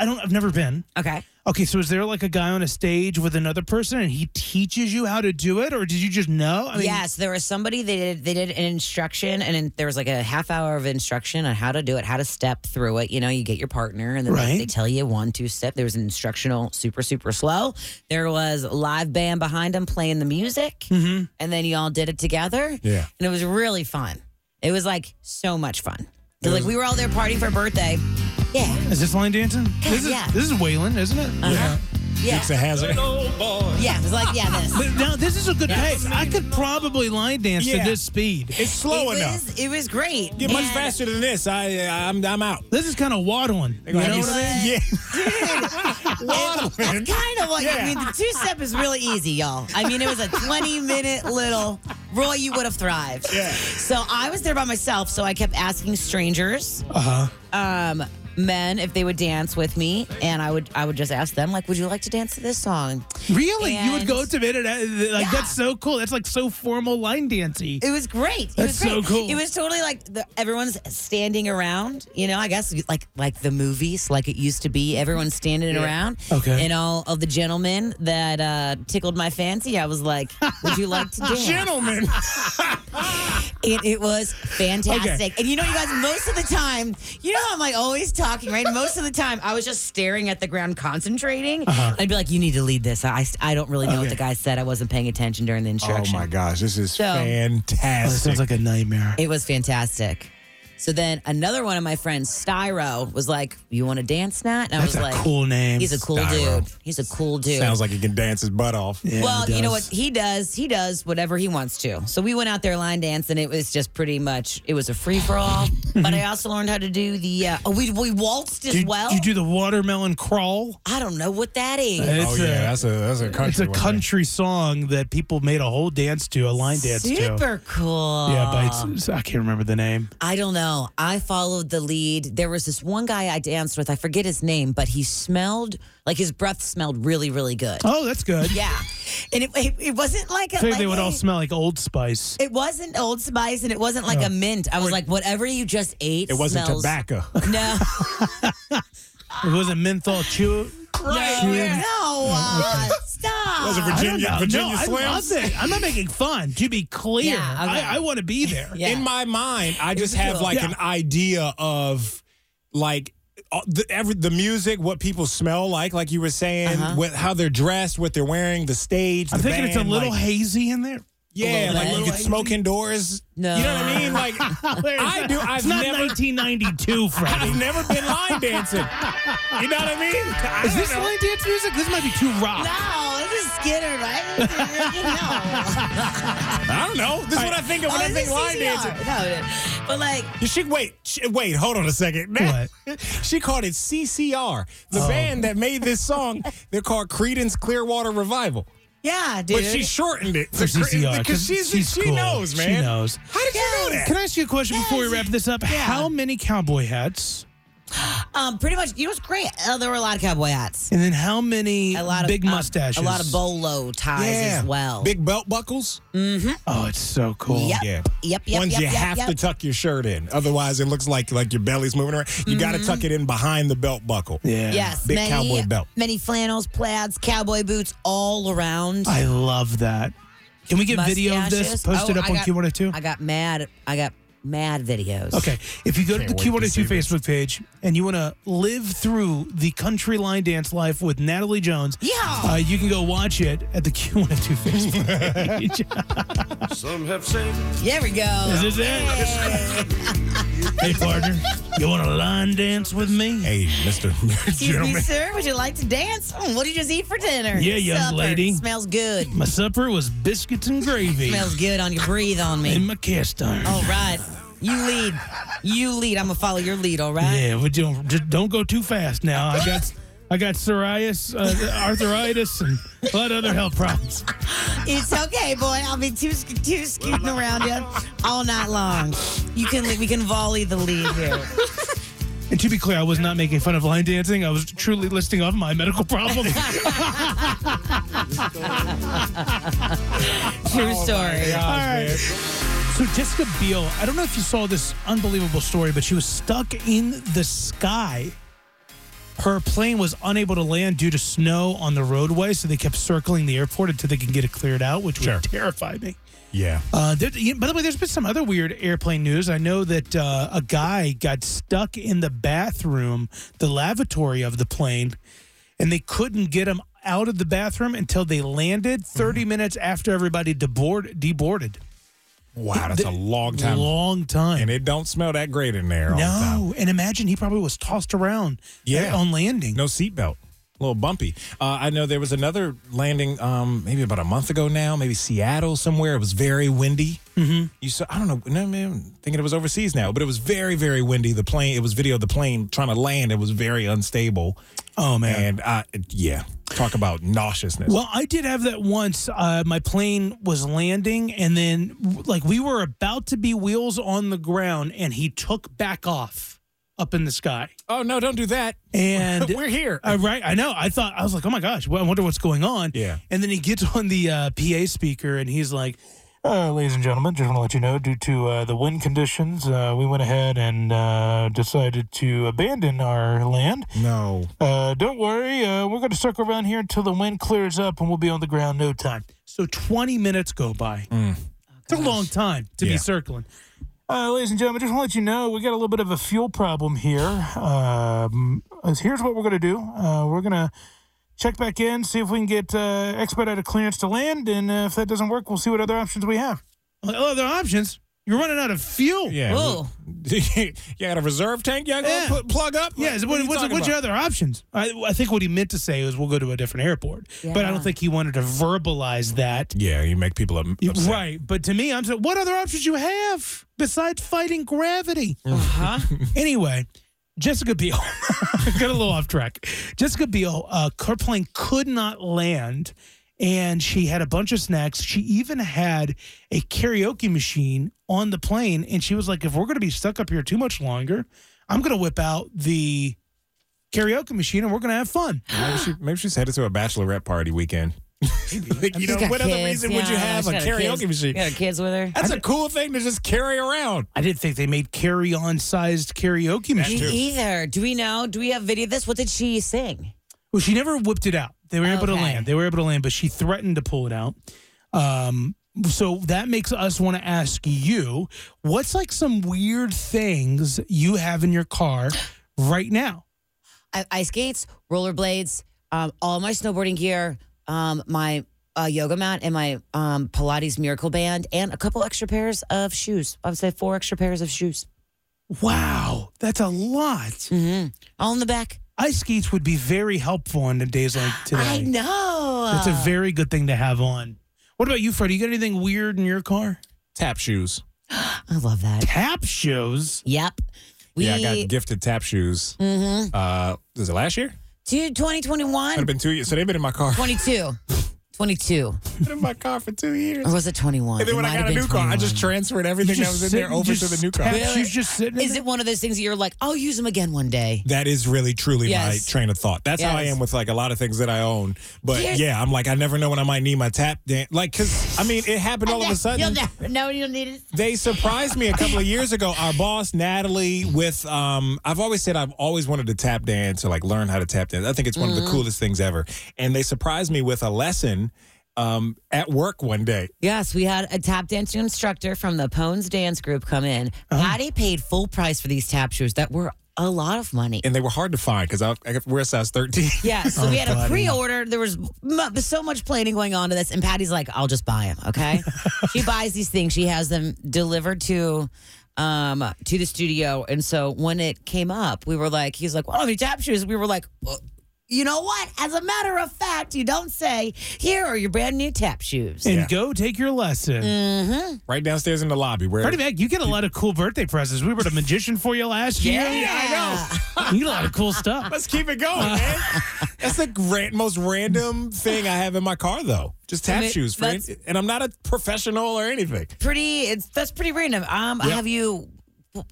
I don't. I've never been. okay. Okay, so is there like a guy on a stage with another person, and he teaches you how to do it, or did you just know? I mean, yes, there was somebody they did they did an instruction, and in, there was like a half hour of instruction on how to do it, how to step through it. You know, you get your partner, and then Right. they, they tell you one, two step. There was an instructional, super super slow. There was a live band behind them playing the music, and then you all did it together. Yeah. and it was really fun. It was like so much fun. It was like we were all there partying for her birthday. Yeah, Is this line dancing? This is yeah. Uh-huh. this is Waylon, isn't it? Yeah. yeah, It's a hazard. yeah. It was like yeah, this. But now this is a good pace. I could probably line dance Yeah. to this speed. It's slow it enough. was, it was great. Get much And- faster than this. I, I'm, I'm out. This is kind of waddling. You know what I mean? Yeah. Waterman. That's kind of what Yeah. I mean. The two step is really easy, y'all. I mean, it was a 20 minute little Roy, you would have thrived. Yeah. So I was there by myself, so I kept asking strangers, uh-huh. um, men, if they would dance with me, and I would I would just ask them, like, would you like to dance to this song? Really? you would And- go to it and uh, like Yeah. that's so cool. That's like so formal line dancing. It was great. It was That's so great. cool. It was totally like the, everyone's standing around. You know, I guess like like the movies, like it used to be. Everyone's standing around. Okay. And all of the gentlemen that uh, tickled my fancy, I was like, "Would you like to dance?" Gentlemen. It, it was fantastic. And you know, you guys, most of the time, you know, how I'm like always talking, right? Most of the time, I was just staring at the ground, concentrating. Uh-huh. I'd be like, "You need to lead this." I, I don't really know what the guy said. I wasn't paying attention during the Oh instruction. my gosh, this is So- Oh, That fantastic. sounds like a nightmare. It was fantastic. So then another one of my friends, Styro, was like, "You want to dance, Nat?" And I That's was a like, cool name. "He's a cool Styro. dude. He's a cool dude." Sounds like he can dance his butt off. well, he you know what does. he does? He does whatever he wants to. So we went out there line dance, and it was just pretty much it was a free for all. but I also learned how to do the uh, oh, we we waltzed as Do you, well. do you do the watermelon crawl? I don't know what that is. oh It's yeah, a- that's a that's a country. It's a one there. country song that people made a whole dance to, a line dance to. Super cool. Yeah, but it's, it's- I can't remember the name. I don't know. I followed the lead. There was this one guy I danced with. I forget his name, but he smelled like his breath smelled really, really good. Oh, that's good. Yeah, and it, it, it wasn't like a. I think like they would a- all smell like Old Spice. It wasn't Old Spice, and it wasn't like a mint. I was like, whatever you just ate. It wasn't smells- tobacco. No, It wasn't menthol chew. no, no, uh, stop. Was it I don't Virginia know. Virginia no, I love Slims? it. I'm not making fun. To be clear, Yeah, okay. I, I want to be there. Yeah. In my mind, I just was have cool. like Yeah. an idea of like all- the, every, the music, what people smell like, like you were saying, Uh-huh. what, how they're dressed, what they're wearing, the stage. I'm the thinking it's a band, little like- hazy in there. Yeah, little like bit. you could smoke indoors. No. You know what I mean? Like I do. I've it's not never. 1992, I've Freddie. never been line dancing. You know what I mean? I Is don't this know. line dance music? This might be too rock. No, this is Skinner, right? no. Oh, I don't know. This is what I think of Oh, when I this think is line CCR. dancing. No, it is. but like, She wait, she, wait, hold on a second. she called it CCR, the Oh. band that made this song. They're called Credence Clearwater Revival, yeah, dude. but she shortened it For CCR, because she's, she cool. knows, man. She knows. How did you know that? Can I ask you a question before we wrap this up? How many cowboy hats? um, pretty much, you know, it's great. Uh, there were a lot of cowboy hats. And then how many a lot of big um, mustaches? a lot of bolo ties as well. Big belt buckles. Oh, it's so cool. Yep. Yeah. Yep, yep, Ones yep, you yep, have yep. to tuck your shirt in. Otherwise, it looks like like your belly's moving around. You got to Mm-hmm. tuck it in behind the belt buckle. Yeah. Yes, Big many, cowboy belt. many flannels, plaids, cowboy boots all around. I love that. Can we get video of this? Mustaches. Post it Oh, up I on got- Q102? I got mad. I got mad videos. Okay. If you go to the Can't wait to see Q102 this. Facebook page and you want to live through the country line dance life with Natalie Jones, Yeah. uh, you can go watch it at the Q102 Facebook page. Some have said There we Is go. this it? hey, partner, you want to line dance with me? Hey, Mister Excuse me, Gentleman. sir. Would you like to dance? Mm, what did you just eat for dinner? Yeah, young Supper. lady. Smells good. My supper was biscuits and gravy Smells good on you. Breathe on in me. my cast iron. All right. You lead. You lead. I'm gonna follow your lead. All right. Yeah, but don't just don't go too fast now. I got I got psoriasis, uh, arthritis, and a lot of other health problems. It's okay, boy. I'll be too too scooting around you all night long. You can we can volley the lead here. And to be clear, I was not making fun of line dancing. I was truly listing off my medical problems. True story. All right. So Jessica Biel, I don't know if you saw this unbelievable story, but she was stuck in the sky. Her plane was unable to land due to snow on the roadway, so they kept circling the airport until they can get it cleared out, which Sure. would terrify me. Yeah. Uh, there, you- by the way, there's been some other weird airplane news. I know that uh, a guy got stuck in the bathroom, the lavatory of the plane, and they couldn't get him out of the bathroom until they landed 30 minutes after everybody deboard, deboarded. Wow, that's a long time. Long time. And it don't smell that great in there all the time. no, and imagine he probably was tossed around Yeah. on landing. No seatbelt. A little bumpy. Uh, I know there was another landing um, maybe about a month ago now, maybe Seattle somewhere. It was very windy. Mm-hmm. You saw, I don't know, no, man, I'm thinking it was overseas now, but it was very, very windy. The plane, it was video of the plane trying to land. It was very unstable. Oh, man. And I, yeah, talk about nauseousness. Well, I did have that once. Uh, my plane was landing, and then like we were about to be wheels on the ground, and he took back off up in the sky. oh, no, don't do that. And We're here. Uh, right, I know. I thought I was like, oh my gosh, well, I wonder what's going on. Yeah. And then he gets on the uh, PA speaker, and he's like. Uh, ladies and gentlemen, just want to let you know, due to uh, the wind conditions, uh, we went ahead and uh, decided to abandon our land. No. Uh, don't worry. Uh, we're going to circle around here until the wind clears up and we'll be on the ground no time. Mm. So 20 minutes go by. it's a long time to Yeah. be circling. Uh, ladies and gentlemen, just want to let you know we got a little bit of a fuel problem here. Um, here's what we're going to do uh, we're going to check back in, see if we can get uh, expedited clearance to land. And uh, if that doesn't work, we'll see what other options we have. Other options? You're running out of fuel. Yeah. Ooh. you got a reserve tank? You got to Yeah. put, plug up? Yeah, so What what, are you what's, talking what's your about? other options? I, I think what he meant to say was we'll go to a different airport, but I don't think he wanted to verbalize that. Yeah, you make people up, upset. Right, but to me, I'm saying, what other options you have besides fighting gravity? Uh-huh. anyway, Jessica Biel got a little off track. Jessica Biel, uh, her plane could not land, and she had a bunch of snacks. She even had a karaoke machine on the plane, and she was like, "If we're going to be stuck up here too much longer, I'm going to whip out the karaoke machine, and we're going to have fun." Maybe, she, maybe she's headed to a bachelorette party weekend. Like, you know, She's got what other kids, reason would you yeah, have a she's got her karaoke kids. machine? Got her kids with her. That's a cool thing to just carry around. I didn't think they made carry-on-sized karaoke machines. Me either. Do we know? Do we have video of this? What did she sing? Well, she never whipped it out. They were able to Okay. land. They were able to land, but she threatened to pull it out. Um, so that makes us want to ask you what's like some weird things you have in your car right now? I, ice skates, rollerblades, um, all my snowboarding gear, um, my uh, yoga mat, and my um, Pilates Miracle Band, and a couple extra pairs of shoes. I would say four extra pairs of shoes. Wow, that's a lot. Mm-hmm. All in the back. Ice skates would be very helpful on days like today. I know. That's a very good thing to have on. What about you, Freddie? You got anything weird in your car? Tap shoes. I love that. Tap shows. Yep. We, yeah, I got gifted tap shoes. mm-hmm. Uh, was it last year? Dude, 2021? Might have been two years. So they've been in my car. 22. 22. been in my car for two years. Or was it And 21? then It when Oh, I might have got a been new car, I just 21. transferred everything that was in there over to the new car. Tap shoes just sitting. in Is there? it one of those things that you're like, I'll use them again one day? That is really truly Yes. my train of thought. That's how I Yes. am with like a lot of things that I own. But Here's- yeah, I'm like I never know when I might need my tap dance. Like because I mean it happened all of a You'll sudden. never know you'll need it. They surprised me a couple of years ago. Our boss Natalie with um I've always said I've always wanted to tap dance or like learn how to tap dance. I think it's one of the coolest things ever. And they surprised me with a lesson um at work one day. Yes, we had a tap dancing instructor from the Pones dance group come in. Uh-huh. Patty paid full price for these tap shoes that were a lot of money. And they were hard to find because I, I we're a size 13. yeah, so Oh, we had a pre-order. There was mu- so much planning going on to this, and Patty's like, "I'll just buy them." Okay, she buys these things. She has them delivered to, um, to the studio. And so when it came up, we were like, "He's like, well, they're tap shoes." We were like, well, You know what? As a matter of fact, you don't say, here are your brand new tap shoes. And Yeah. go take your lesson. Right downstairs in the lobby where Freddie Mac, you get a lot of cool birthday presents. We were at a magician for you last Yeah. year. I know. You get a lot of cool stuff. Let's keep it going, man. That's the gra- most random thing I have in my car, though. Just tap I mean, shoes, friend. that's- And I'm not a professional or anything. Pretty, it's that's pretty random. Um, Yeah. Have you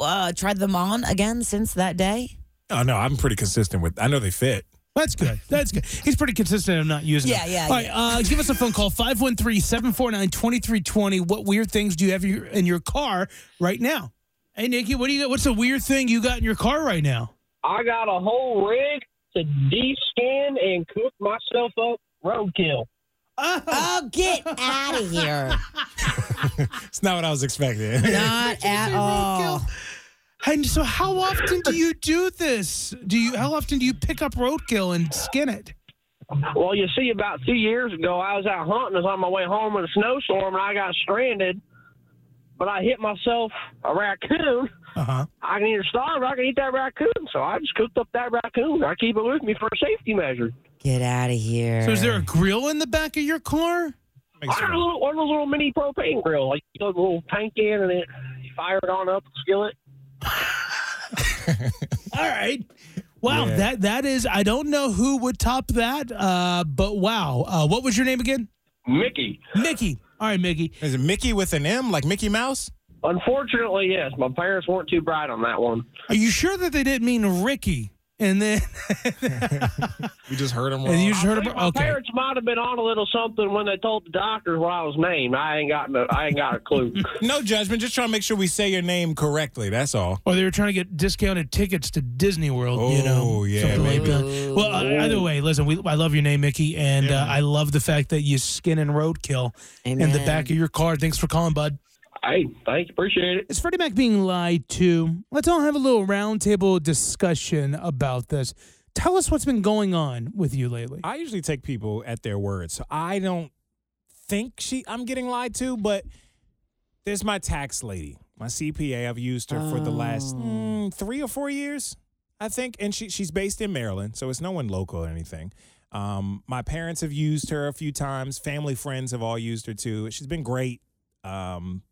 uh, tried them on again since that day? Oh no, I'm pretty consistent with. I know they fit. That's good. That's good. He's pretty consistent of not using Yeah, it. yeah, All right, uh, give us a phone call 513 749 2320. What weird things do you have your- in your car right now? Hey, Nikki, what do you got? What's a weird thing you got in your car right now? I got a whole rig to de-skin and cook myself up roadkill. Oh, get out of here. It's not what I was expecting. Not at all. And so, how often do you do this? Do you? How often do you pick up roadkill and skin it? Well, you see, about two years ago, I was out hunting. I was on my way home in a snowstorm, and I got stranded. But I hit myself a raccoon. Uh huh. I can either starve or I can eat that raccoon. So I just cooked up that raccoon. I keep it with me for a safety measure. Get out of here. So, is there a grill in the back of your car? I got a little, one of those little mini propane grill. Like you put a little tank in and it, you fire it on up, skillet. All right. Wow, that that is. I don't know who would top that, uh, but wow. Uh, what was your name again? Mickey. Mickey. All right, Mickey. Is it Mickey with an M, like Mickey Mouse? Unfortunately, yes, my parents weren't too bright on that one. Are you sure that they didn't mean Ricky? And then We just heard him wrong. and you just heard I think my about okay. parents might have been on a little something when they told the doctor what I was named. I ain't got no, I ain't got a clue. no judgment. Just trying to make sure we say your name correctly. That's all. Or they were trying to get discounted tickets to Disney World. you know, Oh, yeah, Oh. something like maybe. that. Well, uh, either way, listen. We, I love your name, Mickey, and uh, I love the fact that you skin and roadkill in the Amen. back of your car. Thanks for calling, bud. hey, thanks, appreciate it. Is Freddie Mac being lied to? Let's all have a little roundtable discussion about this. Tell us what's been going on with you lately. I usually take people at their word, so I don't think she I'm getting lied to, but there's my tax lady, my CPA. I've used her for the last mm, three or four years, I think, and she she's based in Maryland, so it's no one local or anything. Um, my parents have used her a few times. Family friends have all used her too. She's been great, um,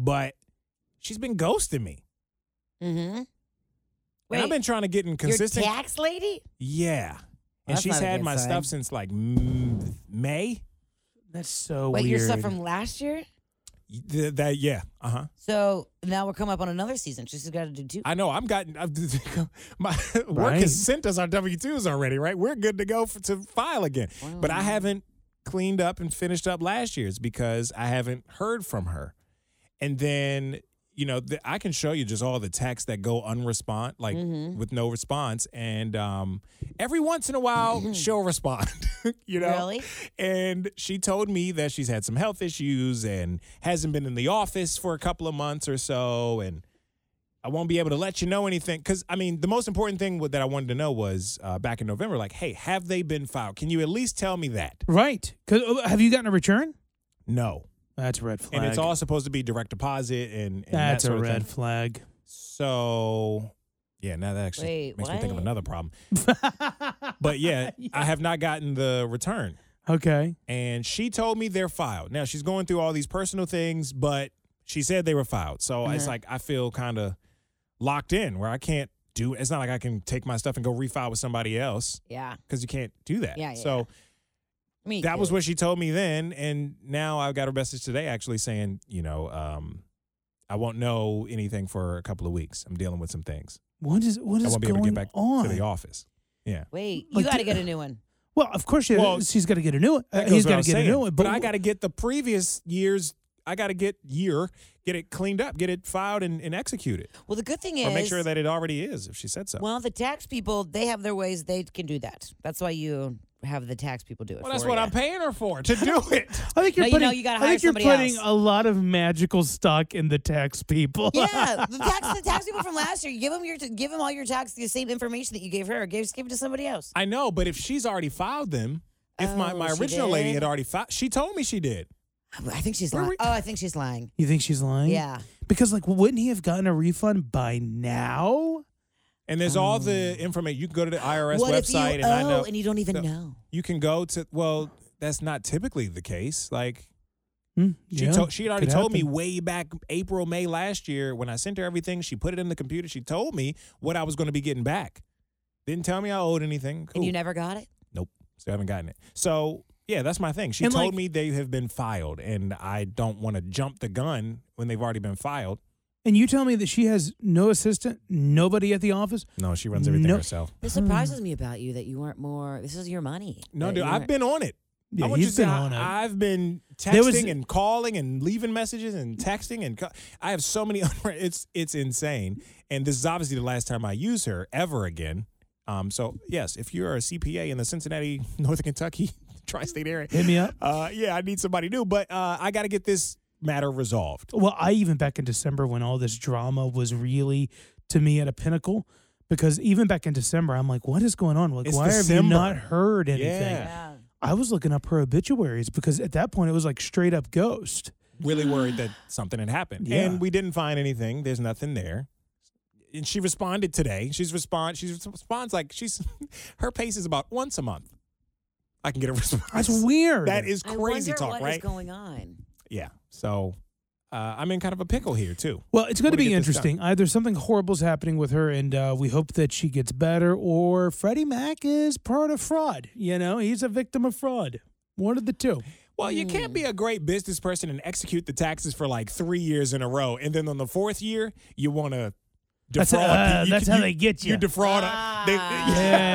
but she's been ghosting me. Mm-hmm. and I've been trying to get in consistent. Your tax lady? yeah, and that's she's not a had good my sign. stuff since like mm, May. That's Oh, so Wait, your weird. stuff from last year? Th- that yeah, uh huh. So now we're coming up on another season. She's got to do two. I know. I'm gotten. I've, my work Right. has sent us our W twos already. Right, we're good to go for, to file again. But I haven't cleaned up and finished up last year's because I haven't heard from her. And then you know th- I can show you just all the texts that go unrespond, like Mm-hmm. with no response. And um, every once in a while she'll respond. you know, Really? and she told me that she's had some health issues and hasn't been in the office for a couple of months or so and i won't be able to let you know anything because i mean the most important thing that i wanted to know was uh, back in november like hey have they been filed can you at least tell me that right? 'Cause- oh, have you gotten a return? no That's a red flag. and it's all supposed to be direct deposit and, and That's that a sort of red thing. flag. So, yeah, now that actually Wait, makes me think of what? another problem. but yeah, I have not gotten the return. Okay. And she told me they're filed. Now she's going through all these personal things, but she said they were filed. So it's Mm-hmm. like I feel kind of locked in where I can't do it's not like I can take my stuff and go refile with somebody else Yeah. because you can't do that. Yeah, yeah, so Me that too. was what she told me then and now i got a message today actually saying you know um, i won't know anything for a couple of weeks i'm dealing with some things What is what i is won't be going able to get back on? to the office yeah Wait, you Like, got to did- get a new one. Well, of course, yeah, Well, she's got to get a new one. Uh, That goes he's without got to get saying. a new one. but i got to get the previous year's i got to get year get it cleaned up get it filed and, and executed Well, the good thing is, or make sure that it already is if she said so well, the tax people they have their ways. They can do that. That's why you have the tax people do it. well that's for what ya. i'm paying her for to do it I think you're No, you know, putting. you gotta I hire think you're somebody putting else. a lot of magical stock in the tax people. Yeah, the tax the tax people from last year. You give them your give them all your tax the same information that you gave her. Or gave give it to somebody else. i know but if she's already filed them if my, Oh, my she original lady did? had already filed she told me she did I think she's Where lying. we- Oh, I think she's lying. you think she's lying? Yeah. Because like, wouldn't he have gotten a refund by now? And there's all the information. You can go to the IRS Oh. what if you website, and I know owe and you don't even No. know? you can go to. Well, that's not typically the case. Like Hmm, she yeah, told, she had already could told me happen. way back April, May last year when I sent her everything. She put it in the computer. She told me what I was going to be getting back. Didn't tell me I owed anything. Cool. And you never got it? Nope. Still haven't gotten it. So yeah, that's my thing. She And, told like- me they have been filed, and I don't want to jump the gun when they've already been filed. And you tell me that she has no assistant, nobody at the office. No, she runs everything No. herself. This surprises me about you that you weren't more. This is your money. Hmm. No, that dude, you I've weren't- been on it. Yeah, I want you he's to been say, on it. I, have been There texting was- Mm-hmm. and calling and leaving messages and texting and co- I have so many. unread- It's it's insane. And this is obviously the last time I use her ever again. Um, so yes, if you're a CPA in the Cincinnati, Northern Kentucky tri-state area, Hit me up. uh, yeah, I need somebody new. But uh, I got to get this matter resolved. Well, I even back in December when all this drama was really to me at a pinnacle, because even back in December, I'm like, what is going on? Like, It's why have you December. not heard anything? Yeah. I was looking up her obituaries because at that point it was like straight up ghost. Really worried that something had happened, Yeah. and we didn't find anything. There's nothing there. And she responded today. She's respond. She responds like she's her pace is about once a month. I can get a response. That's weird. That is I crazy wonder talk, what is right? going on? yeah. So uh, I'm in kind of a pickle here too. Well, it's going Wanna to be get this done. interesting. Either something horrible's happening with her, and uh, we hope that she gets better, or Freddie Mac is part of fraud. You know, he's a victim of fraud. One of the two. Well, you Hmm. can't be a great business person and execute the taxes for like three years in a row, and then on the fourth year you want to That's- defraud. uh, you, that's how they get You you. defraud. they, Ah.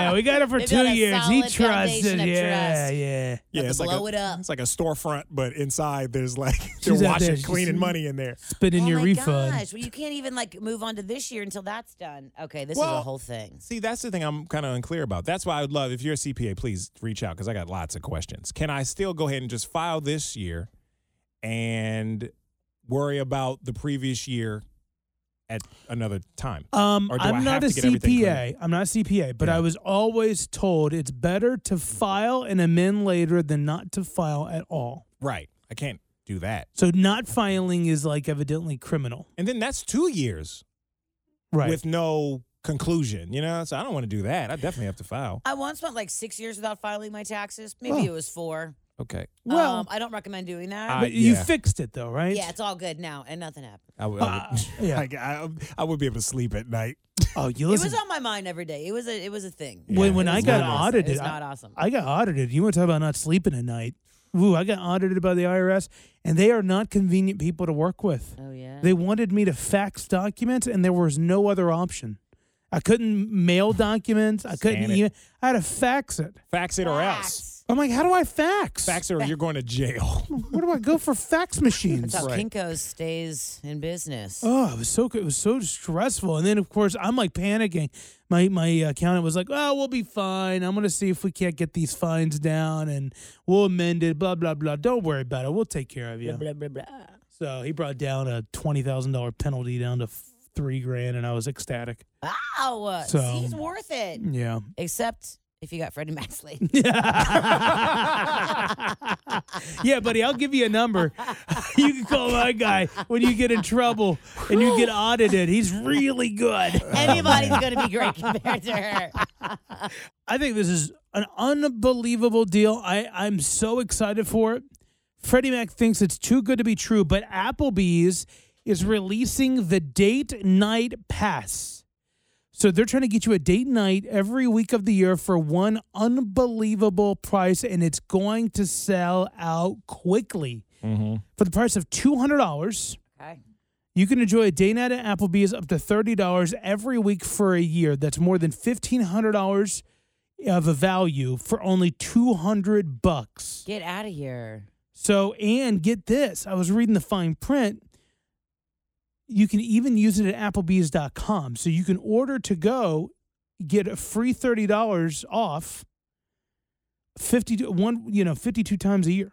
Yeah, we got it for They've two got a years. He solid trusts it. foundation of Yeah, trust. yeah. Yeah, to it's like blow a, it up. It's like a storefront, but inside there's like they're She's out washing, there, she's- cleaning money in there. Spit in oh your my refund. gosh! Well, you can't even like move on to this year until that's done. Okay, this is Well- a whole thing. See, that's the thing I'm kind of unclear about. That's why I would love if you're a CPA, please reach out because I got lots of questions. Can I still go ahead and just file this year and worry about the previous year at another time? Um, Or do I I'm not have a to get everything CPA. I'm not a CPA, but Yeah. I was always told it's better to file and amend later than not to file at all. Right. I can't do that. So not filing is like evidently criminal, And then that's two years right? with no conclusion, you know? So I don't want to do that. I definitely have to file. I once went like six years without filing my taxes. Maybe it Oh. was four. Okay. well, um, I don't recommend doing that. I- but you yeah. fixed it though, right? yeah, it's all good now, and nothing happened. I would, I Uh, would, yeah. I, I, I would be able to sleep at night. oh, you It listen. was on my mind every day. It was a it was a thing. when Yeah, when it I was got not awesome. It audited, was I- not awesome. I got audited. You want to talk about not sleeping at night? Ooh, I got audited by the IRS, and they are not convenient people to work with. Oh yeah. They wanted me to fax documents, and there was no other option. I couldn't mail documents. I couldn't. Scan it. Even, I had to fax it. Fax it or else. Facts. I'm like, how do I fax? Fax it or you're going to jail. Where do I go for fax machines? That's how Right. Kinko's stays in business. Oh, it was so it was so stressful, and then of course I'm like panicking. My my accountant was like, "Oh, we'll be fine. I'm gonna see if we can't get these fines down, and we'll amend it. Blah blah blah. Don't worry about it. We'll take care of you." Blah, blah, blah. So he brought down a twenty thousand dollar penalty down to f- three grand, and I was ecstatic. Ow! So- mm. he's worth it. Yeah. Except if you got Freddie Maxley. yeah, buddy, I'll give you a number. You can call my guy when you get in trouble and you get audited. He's really good. Anybody's going to be great compared to her. I think this is an unbelievable deal. I, I'm so excited for it. Freddie Mac thinks it's too good to be true, but Applebee's is releasing the date night pass. So they're trying to get you a date night every week of the year for one unbelievable price, and it's going to sell out quickly. For the price of $200, Okay. you can enjoy a day night at Applebee's up to $30 every week for a year. That's more than $1,500 of a value for only 200 bucks. Get out of here. So, and get this I was reading the fine print. You can even use it at Applebee's.com. So you can order to go, get a free $30 off 50, to- one, you know, 52 times a year.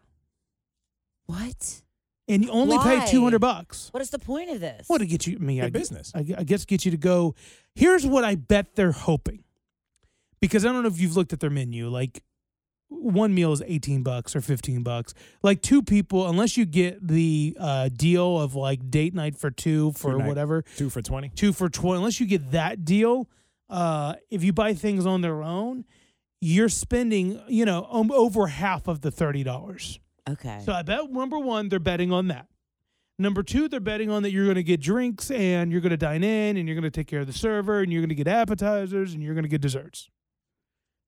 What? And you only Why? pay 200 bucks. What is the point of this? Well, to get you, I mean, Good I, gu- business. I, gu- I guess get you to go. Here's what I bet they're hoping, because I don't know if you've looked at their menu. Like, one meal is eighteen bucks or fifteen bucks. Like two people, unless you get the uh, deal of like date night for two for Two night. whatever, Two for 20. two for twenty. Unless you get that deal, uh, if you buy things on their own, you're spending, you know, um, over half of the thirty dollars. Okay. So I bet number one, they're betting on that. Number two, they're betting on that you're going to get drinks and you're going to dine in and you're going to take care of the server and you're going to get appetizers and you're going to get desserts.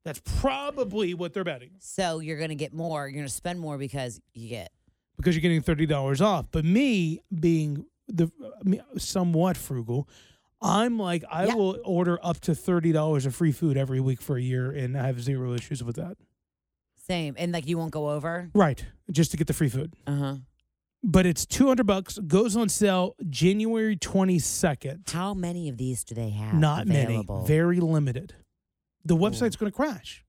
That's probably what they're betting So you're gonna get more. You're gonna spend more because you get because you're getting thirty dollars off. But me being the I mean, somewhat frugal, I'm like I Yeah. will order up to thirty dollars of free food every week for a year, and I have zero issues with that. same, and like you won't go over. Right, just to get the free food. Uh huh. But it's two hundred bucks. Goes on sale January twenty second. How many of these do they have? Not available? many. Very limited. The website's going to crash.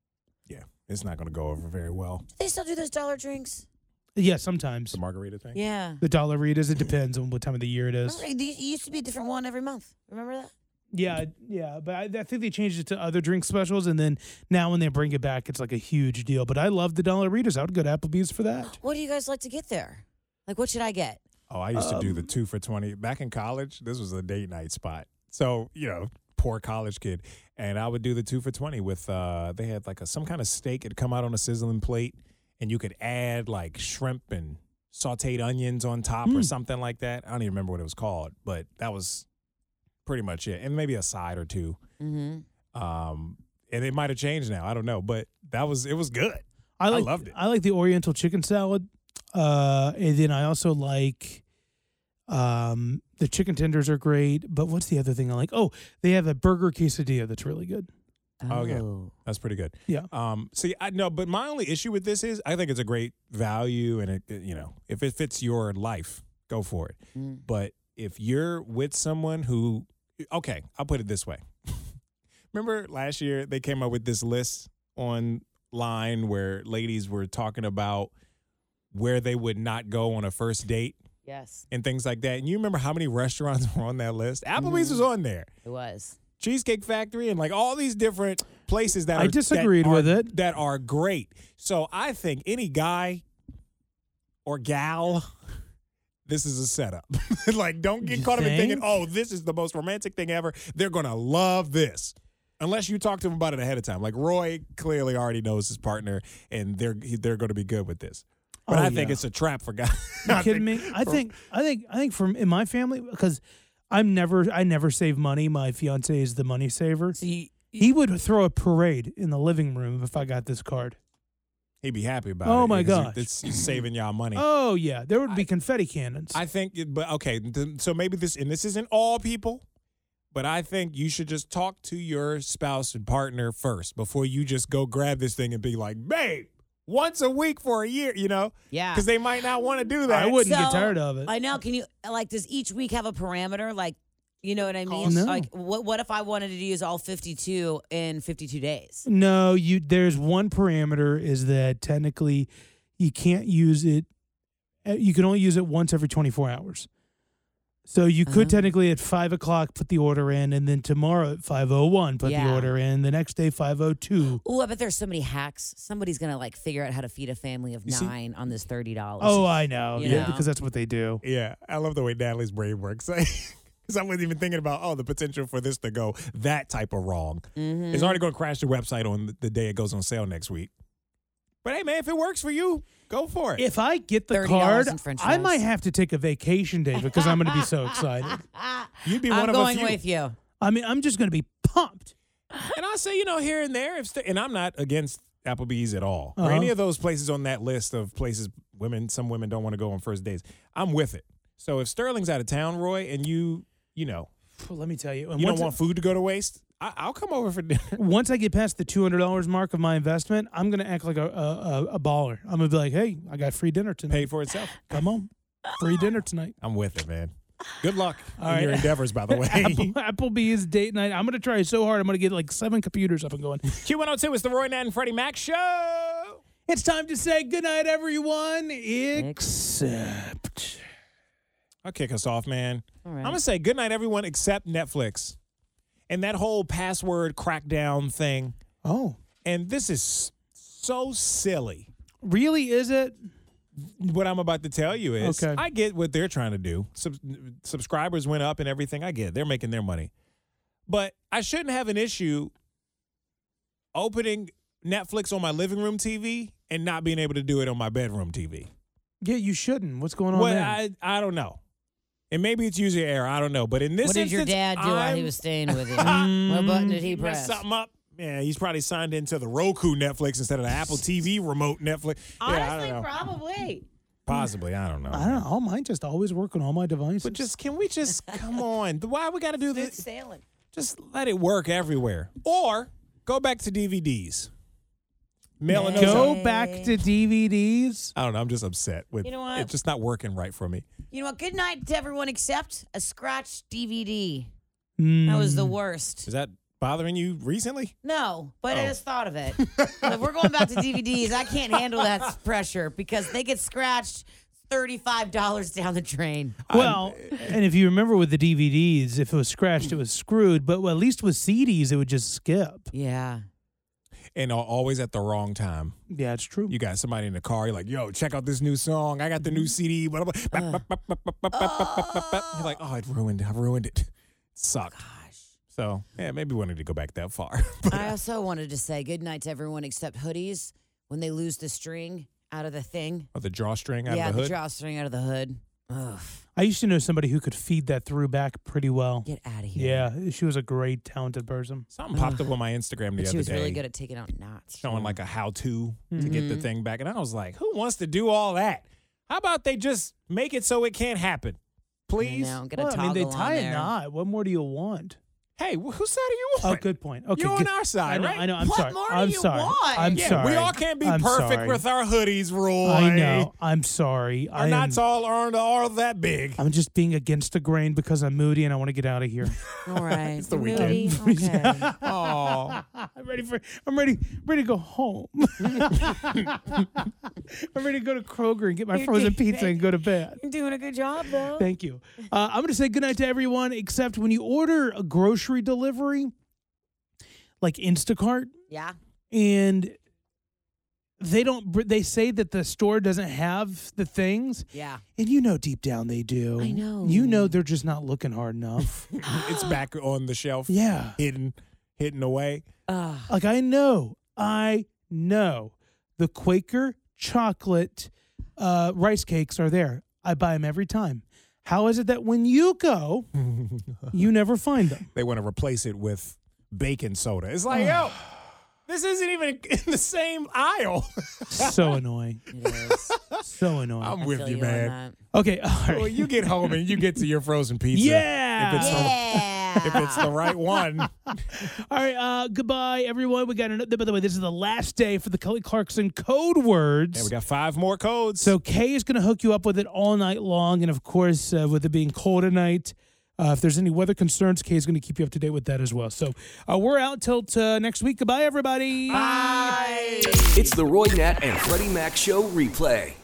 Yeah, it's not going to go over very well. do they still do those dollar drinks? Yeah, sometimes The margarita thing. Yeah. the dollar readers. It depends on what time of the year it is. Remember, It used to be a different one every month. Remember that? Yeah, I- yeah, but I, I think they changed it to other drink specials, and then now when they bring it back, it's like a huge deal. But I love the dollar readers. I would go to Applebee's for that. What do you guys like to get there? Like, what should I get? Oh, I used to do the two for 20. Back in college, this was a date night spot. So, you know, poor college kid. And I would do the two for 20 with, uh, they had like a, some kind of steak. It'd come out on a sizzling plate and you could add like shrimp and sauteed onions on top or something like that. I don't even remember what it was called, but that was pretty much it. And maybe a side or two. Mm-hmm. Um, and it might have changed now. I don't know, but that was, it was good. I like, loved it. I like the Oriental chicken salad, uh, and then I also like um, the chicken tenders are great. But what's the other thing I like? Oh, they have a burger quesadilla that's really good. Oh, yeah. That's pretty good. Yeah. Um. See, I no, but my only issue with this is I think it's a great value, and it, it- you know, if it fits your life, go for it. Mm. But if you're with someone who, okay, I'll put it this way. Remember last year they came up with this list online where ladies were talking about where they would not go on a first date Yes, and things like that. And you remember how many restaurants were on that list? Applebee's Mm-hmm. was on there. it was. Cheesecake Factory and like all these different places that I are, disagreed that with are- it. that are great. So I think any guy or gal, this is a setup. like don't get You caught up in thinking, think? oh, this is the most romantic thing ever. They're gonna love this. Unless you talk to them about it ahead of time, like Roy clearly already knows his partner, and they're he- they're going to be good with this. But Oh, I think yeah. it's a trap for guys. You I kidding think- me? I think I think I think from in my family because I'm never I never save money. My fiance is the money saver. So you, He would throw a parade in the living room if I got this card. he'd be happy about it. Oh, my because gosh. you- it's, it's saving y'all money. Oh yeah, there would be confetti cannons. I think, it- but okay, th- so maybe this, and this isn't all people, but I think you should just talk to your spouse and partner first before you just go grab this thing and be like, babe, once a week for a year, you know? Yeah. Because they might not want to do that. I wouldn't get tired of it. I know. Can you like? Does each week have a parameter? Like, you know what I mean? no. Like, what what if I wanted to use all fifty two in fifty two days? no, you. There's one parameter is that technically you can't use it. uh, You can only use it once every 24 hours. So you could Oh. technically at five o'clock put the order in, and then tomorrow at 5:01 put Yeah. the order in. The next day 5:02. Oh, I bet there's so many hacks. Somebody's gonna like figure out how to feed a family of You see- nine on this thirty dollars. Oh, I know. You Yeah, know. because that's what they do. Yeah, I love the way Natalie's brain works. Because I wasn't even thinking about, oh, the potential for this to go that type of wrong. It's already going to crash the website on the- the day it goes on sale next week. But hey, man, if it works for you, go for it. If I get the $30 card, in french I might fries. have to take a vacation day because I'm going to be so excited. You'd be one I'm of going a few. with you. I mean, I'm just going to be pumped. And I'll say, you know, here and there, if st- and I'm not against Applebee's at all or Uh-huh. any of those places on that list of places women, some women don't want to go on first dates. I'm with it. So if Sterling's out of town, Roy, and you, you know, Well, let me tell you. And you don't once, want food to go to waste, I- I'll come over for dinner. once I get past the $200 mark of my investment, I'm going to act like a, a, a, a baller. I'm going to be like, hey, I got free dinner tonight. Pay for itself. Come on. Free dinner tonight. I'm with it, man. Good luck in All right. your endeavors, by Oh, the way. Apple, Applebee's date night. I'm going to try so hard. I'm going to get like seven computers up and going. Q102 is the Roy Nat and Freddie Mac show. It's time to say goodnight, everyone, except. I'll kick us off, man. All right. I'm gonna say goodnight, everyone, except Netflix, and that whole password crackdown thing. Oh, And this is so silly. really? Is it? What I'm about to tell you is, Okay. I get what they're trying to do. Sub- subscribers went up and everything. I get it. they're making their money, But I shouldn't have an issue opening Netflix on my living room TV and not being able to do it on my bedroom TV. Yeah, you shouldn't. What's going on Well, there? I, I don't know. And maybe it's user error. I don't know. But in this what did your instance, dad do while he I'm- was staying with you? what button did he press? messed something up. Yeah, he's probably signed into the Roku Netflix instead of the Apple TV remote Netflix. yeah, I don't know. probably. Possibly, I don't know. I don't know. All mine just always work on all my devices. But just can we just come on? Why we got to do Smooth this? sailing. Just let it work everywhere, or go back to DVDs. Mailing those out. go back to DVDs. I don't know. I'm just upset with You know what? it's just not working right for me. You know what? Good night to everyone except a scratch DVD. Mm. Hmm. That was the worst. Is that bothering you recently? No, but Oh. I just thought of it. if we're going back to DVDs, I can't handle that pressure because they get scratched thirty-five dollars down the drain. Well, and if you remember with the DVDs, if it was scratched, it was screwed. But at least with CDs, it would just skip. Yeah. And al- always at the wrong time. Yeah, it's true. You got somebody in the car. You're like, "Yo, check out this new song. I got the new CD." Blah, blah, blah, Uh. blah, blah, blah, blah, blah, blah, blah, blah." You're like, "Oh, it ruined. I ruined it. Sucked." So yeah, maybe we need to go back that far. But- uh, I also wanted to say good night to everyone except hoodies when they lose the string out of the thing. Oh, the drawstring out yeah, of the hood. drawstring out of the hood. Ugh, I used to know somebody who could feed that through back pretty well. get out of here. Yeah, she was a great, talented person. Something popped up on my Instagram the But she other was day, really good at Mm-hmm. taking out knots. showing like a how-to to get the thing back, and I was like, "Who wants to do all that? How about they just make it so it can't happen, please?" I know, get a Well, I toggle mean, they tie on a there. knot. What more do you want? Hey, wh- whose side are you on? Oh, good point. Okay, You're on good. our side, I know, right? I know. I'm What sorry. more do I'm you sorry. want? I'm yeah, sorry. we all can't be I'm perfect sorry. with our hoodies, Roy. I know. I'm sorry. Our I am, knots all aren't all that big. I'm just being against the grain because I'm moody and I want to get out of here. All right. it's the weekend. Okay. Oh, I'm ready for. I'm ready. Ready to go home. I'm ready to go to Kroger and get my frozen pizza and go to bed. You're doing a good job, though. Thank you. Uh, I'm going to say goodnight to everyone, except when you order a grocery delivery, like Instacart, Yeah. and they don't. br- They say that the store doesn't have the things, Yeah. and you know deep down they do. I know. You know they're just not looking hard enough. it's back on the shelf, yeah. hidden, hidden away. Uh, Like I know, I know the Quaker chocolate uh, rice cakes are there. I buy them every time. How is it that when you go, you never find them? They want to replace it with baking soda. It's like, yo, this isn't even in the same aisle. So annoying. it is. So annoying. I'm I with feel you, on man. that. okay, all right. Um, Well, you get home and you get to your frozen pizza. Yeah. If it's, Yeah. The, if it's the right one. All right. Uh, goodbye, everyone. We got another. By the way, this is the last day for the Kelly Clarkson code words. Yeah, we got five more codes. So Kay is going to hook you up with it all night long, and of course, uh, with it being cold tonight, uh, if there's any weather concerns, Kay is going to keep you up to date with that as well. So uh, we're out till uh, next week. Goodbye, everybody. Bye. It's the Roy Nat and Freddie Mac Show replay.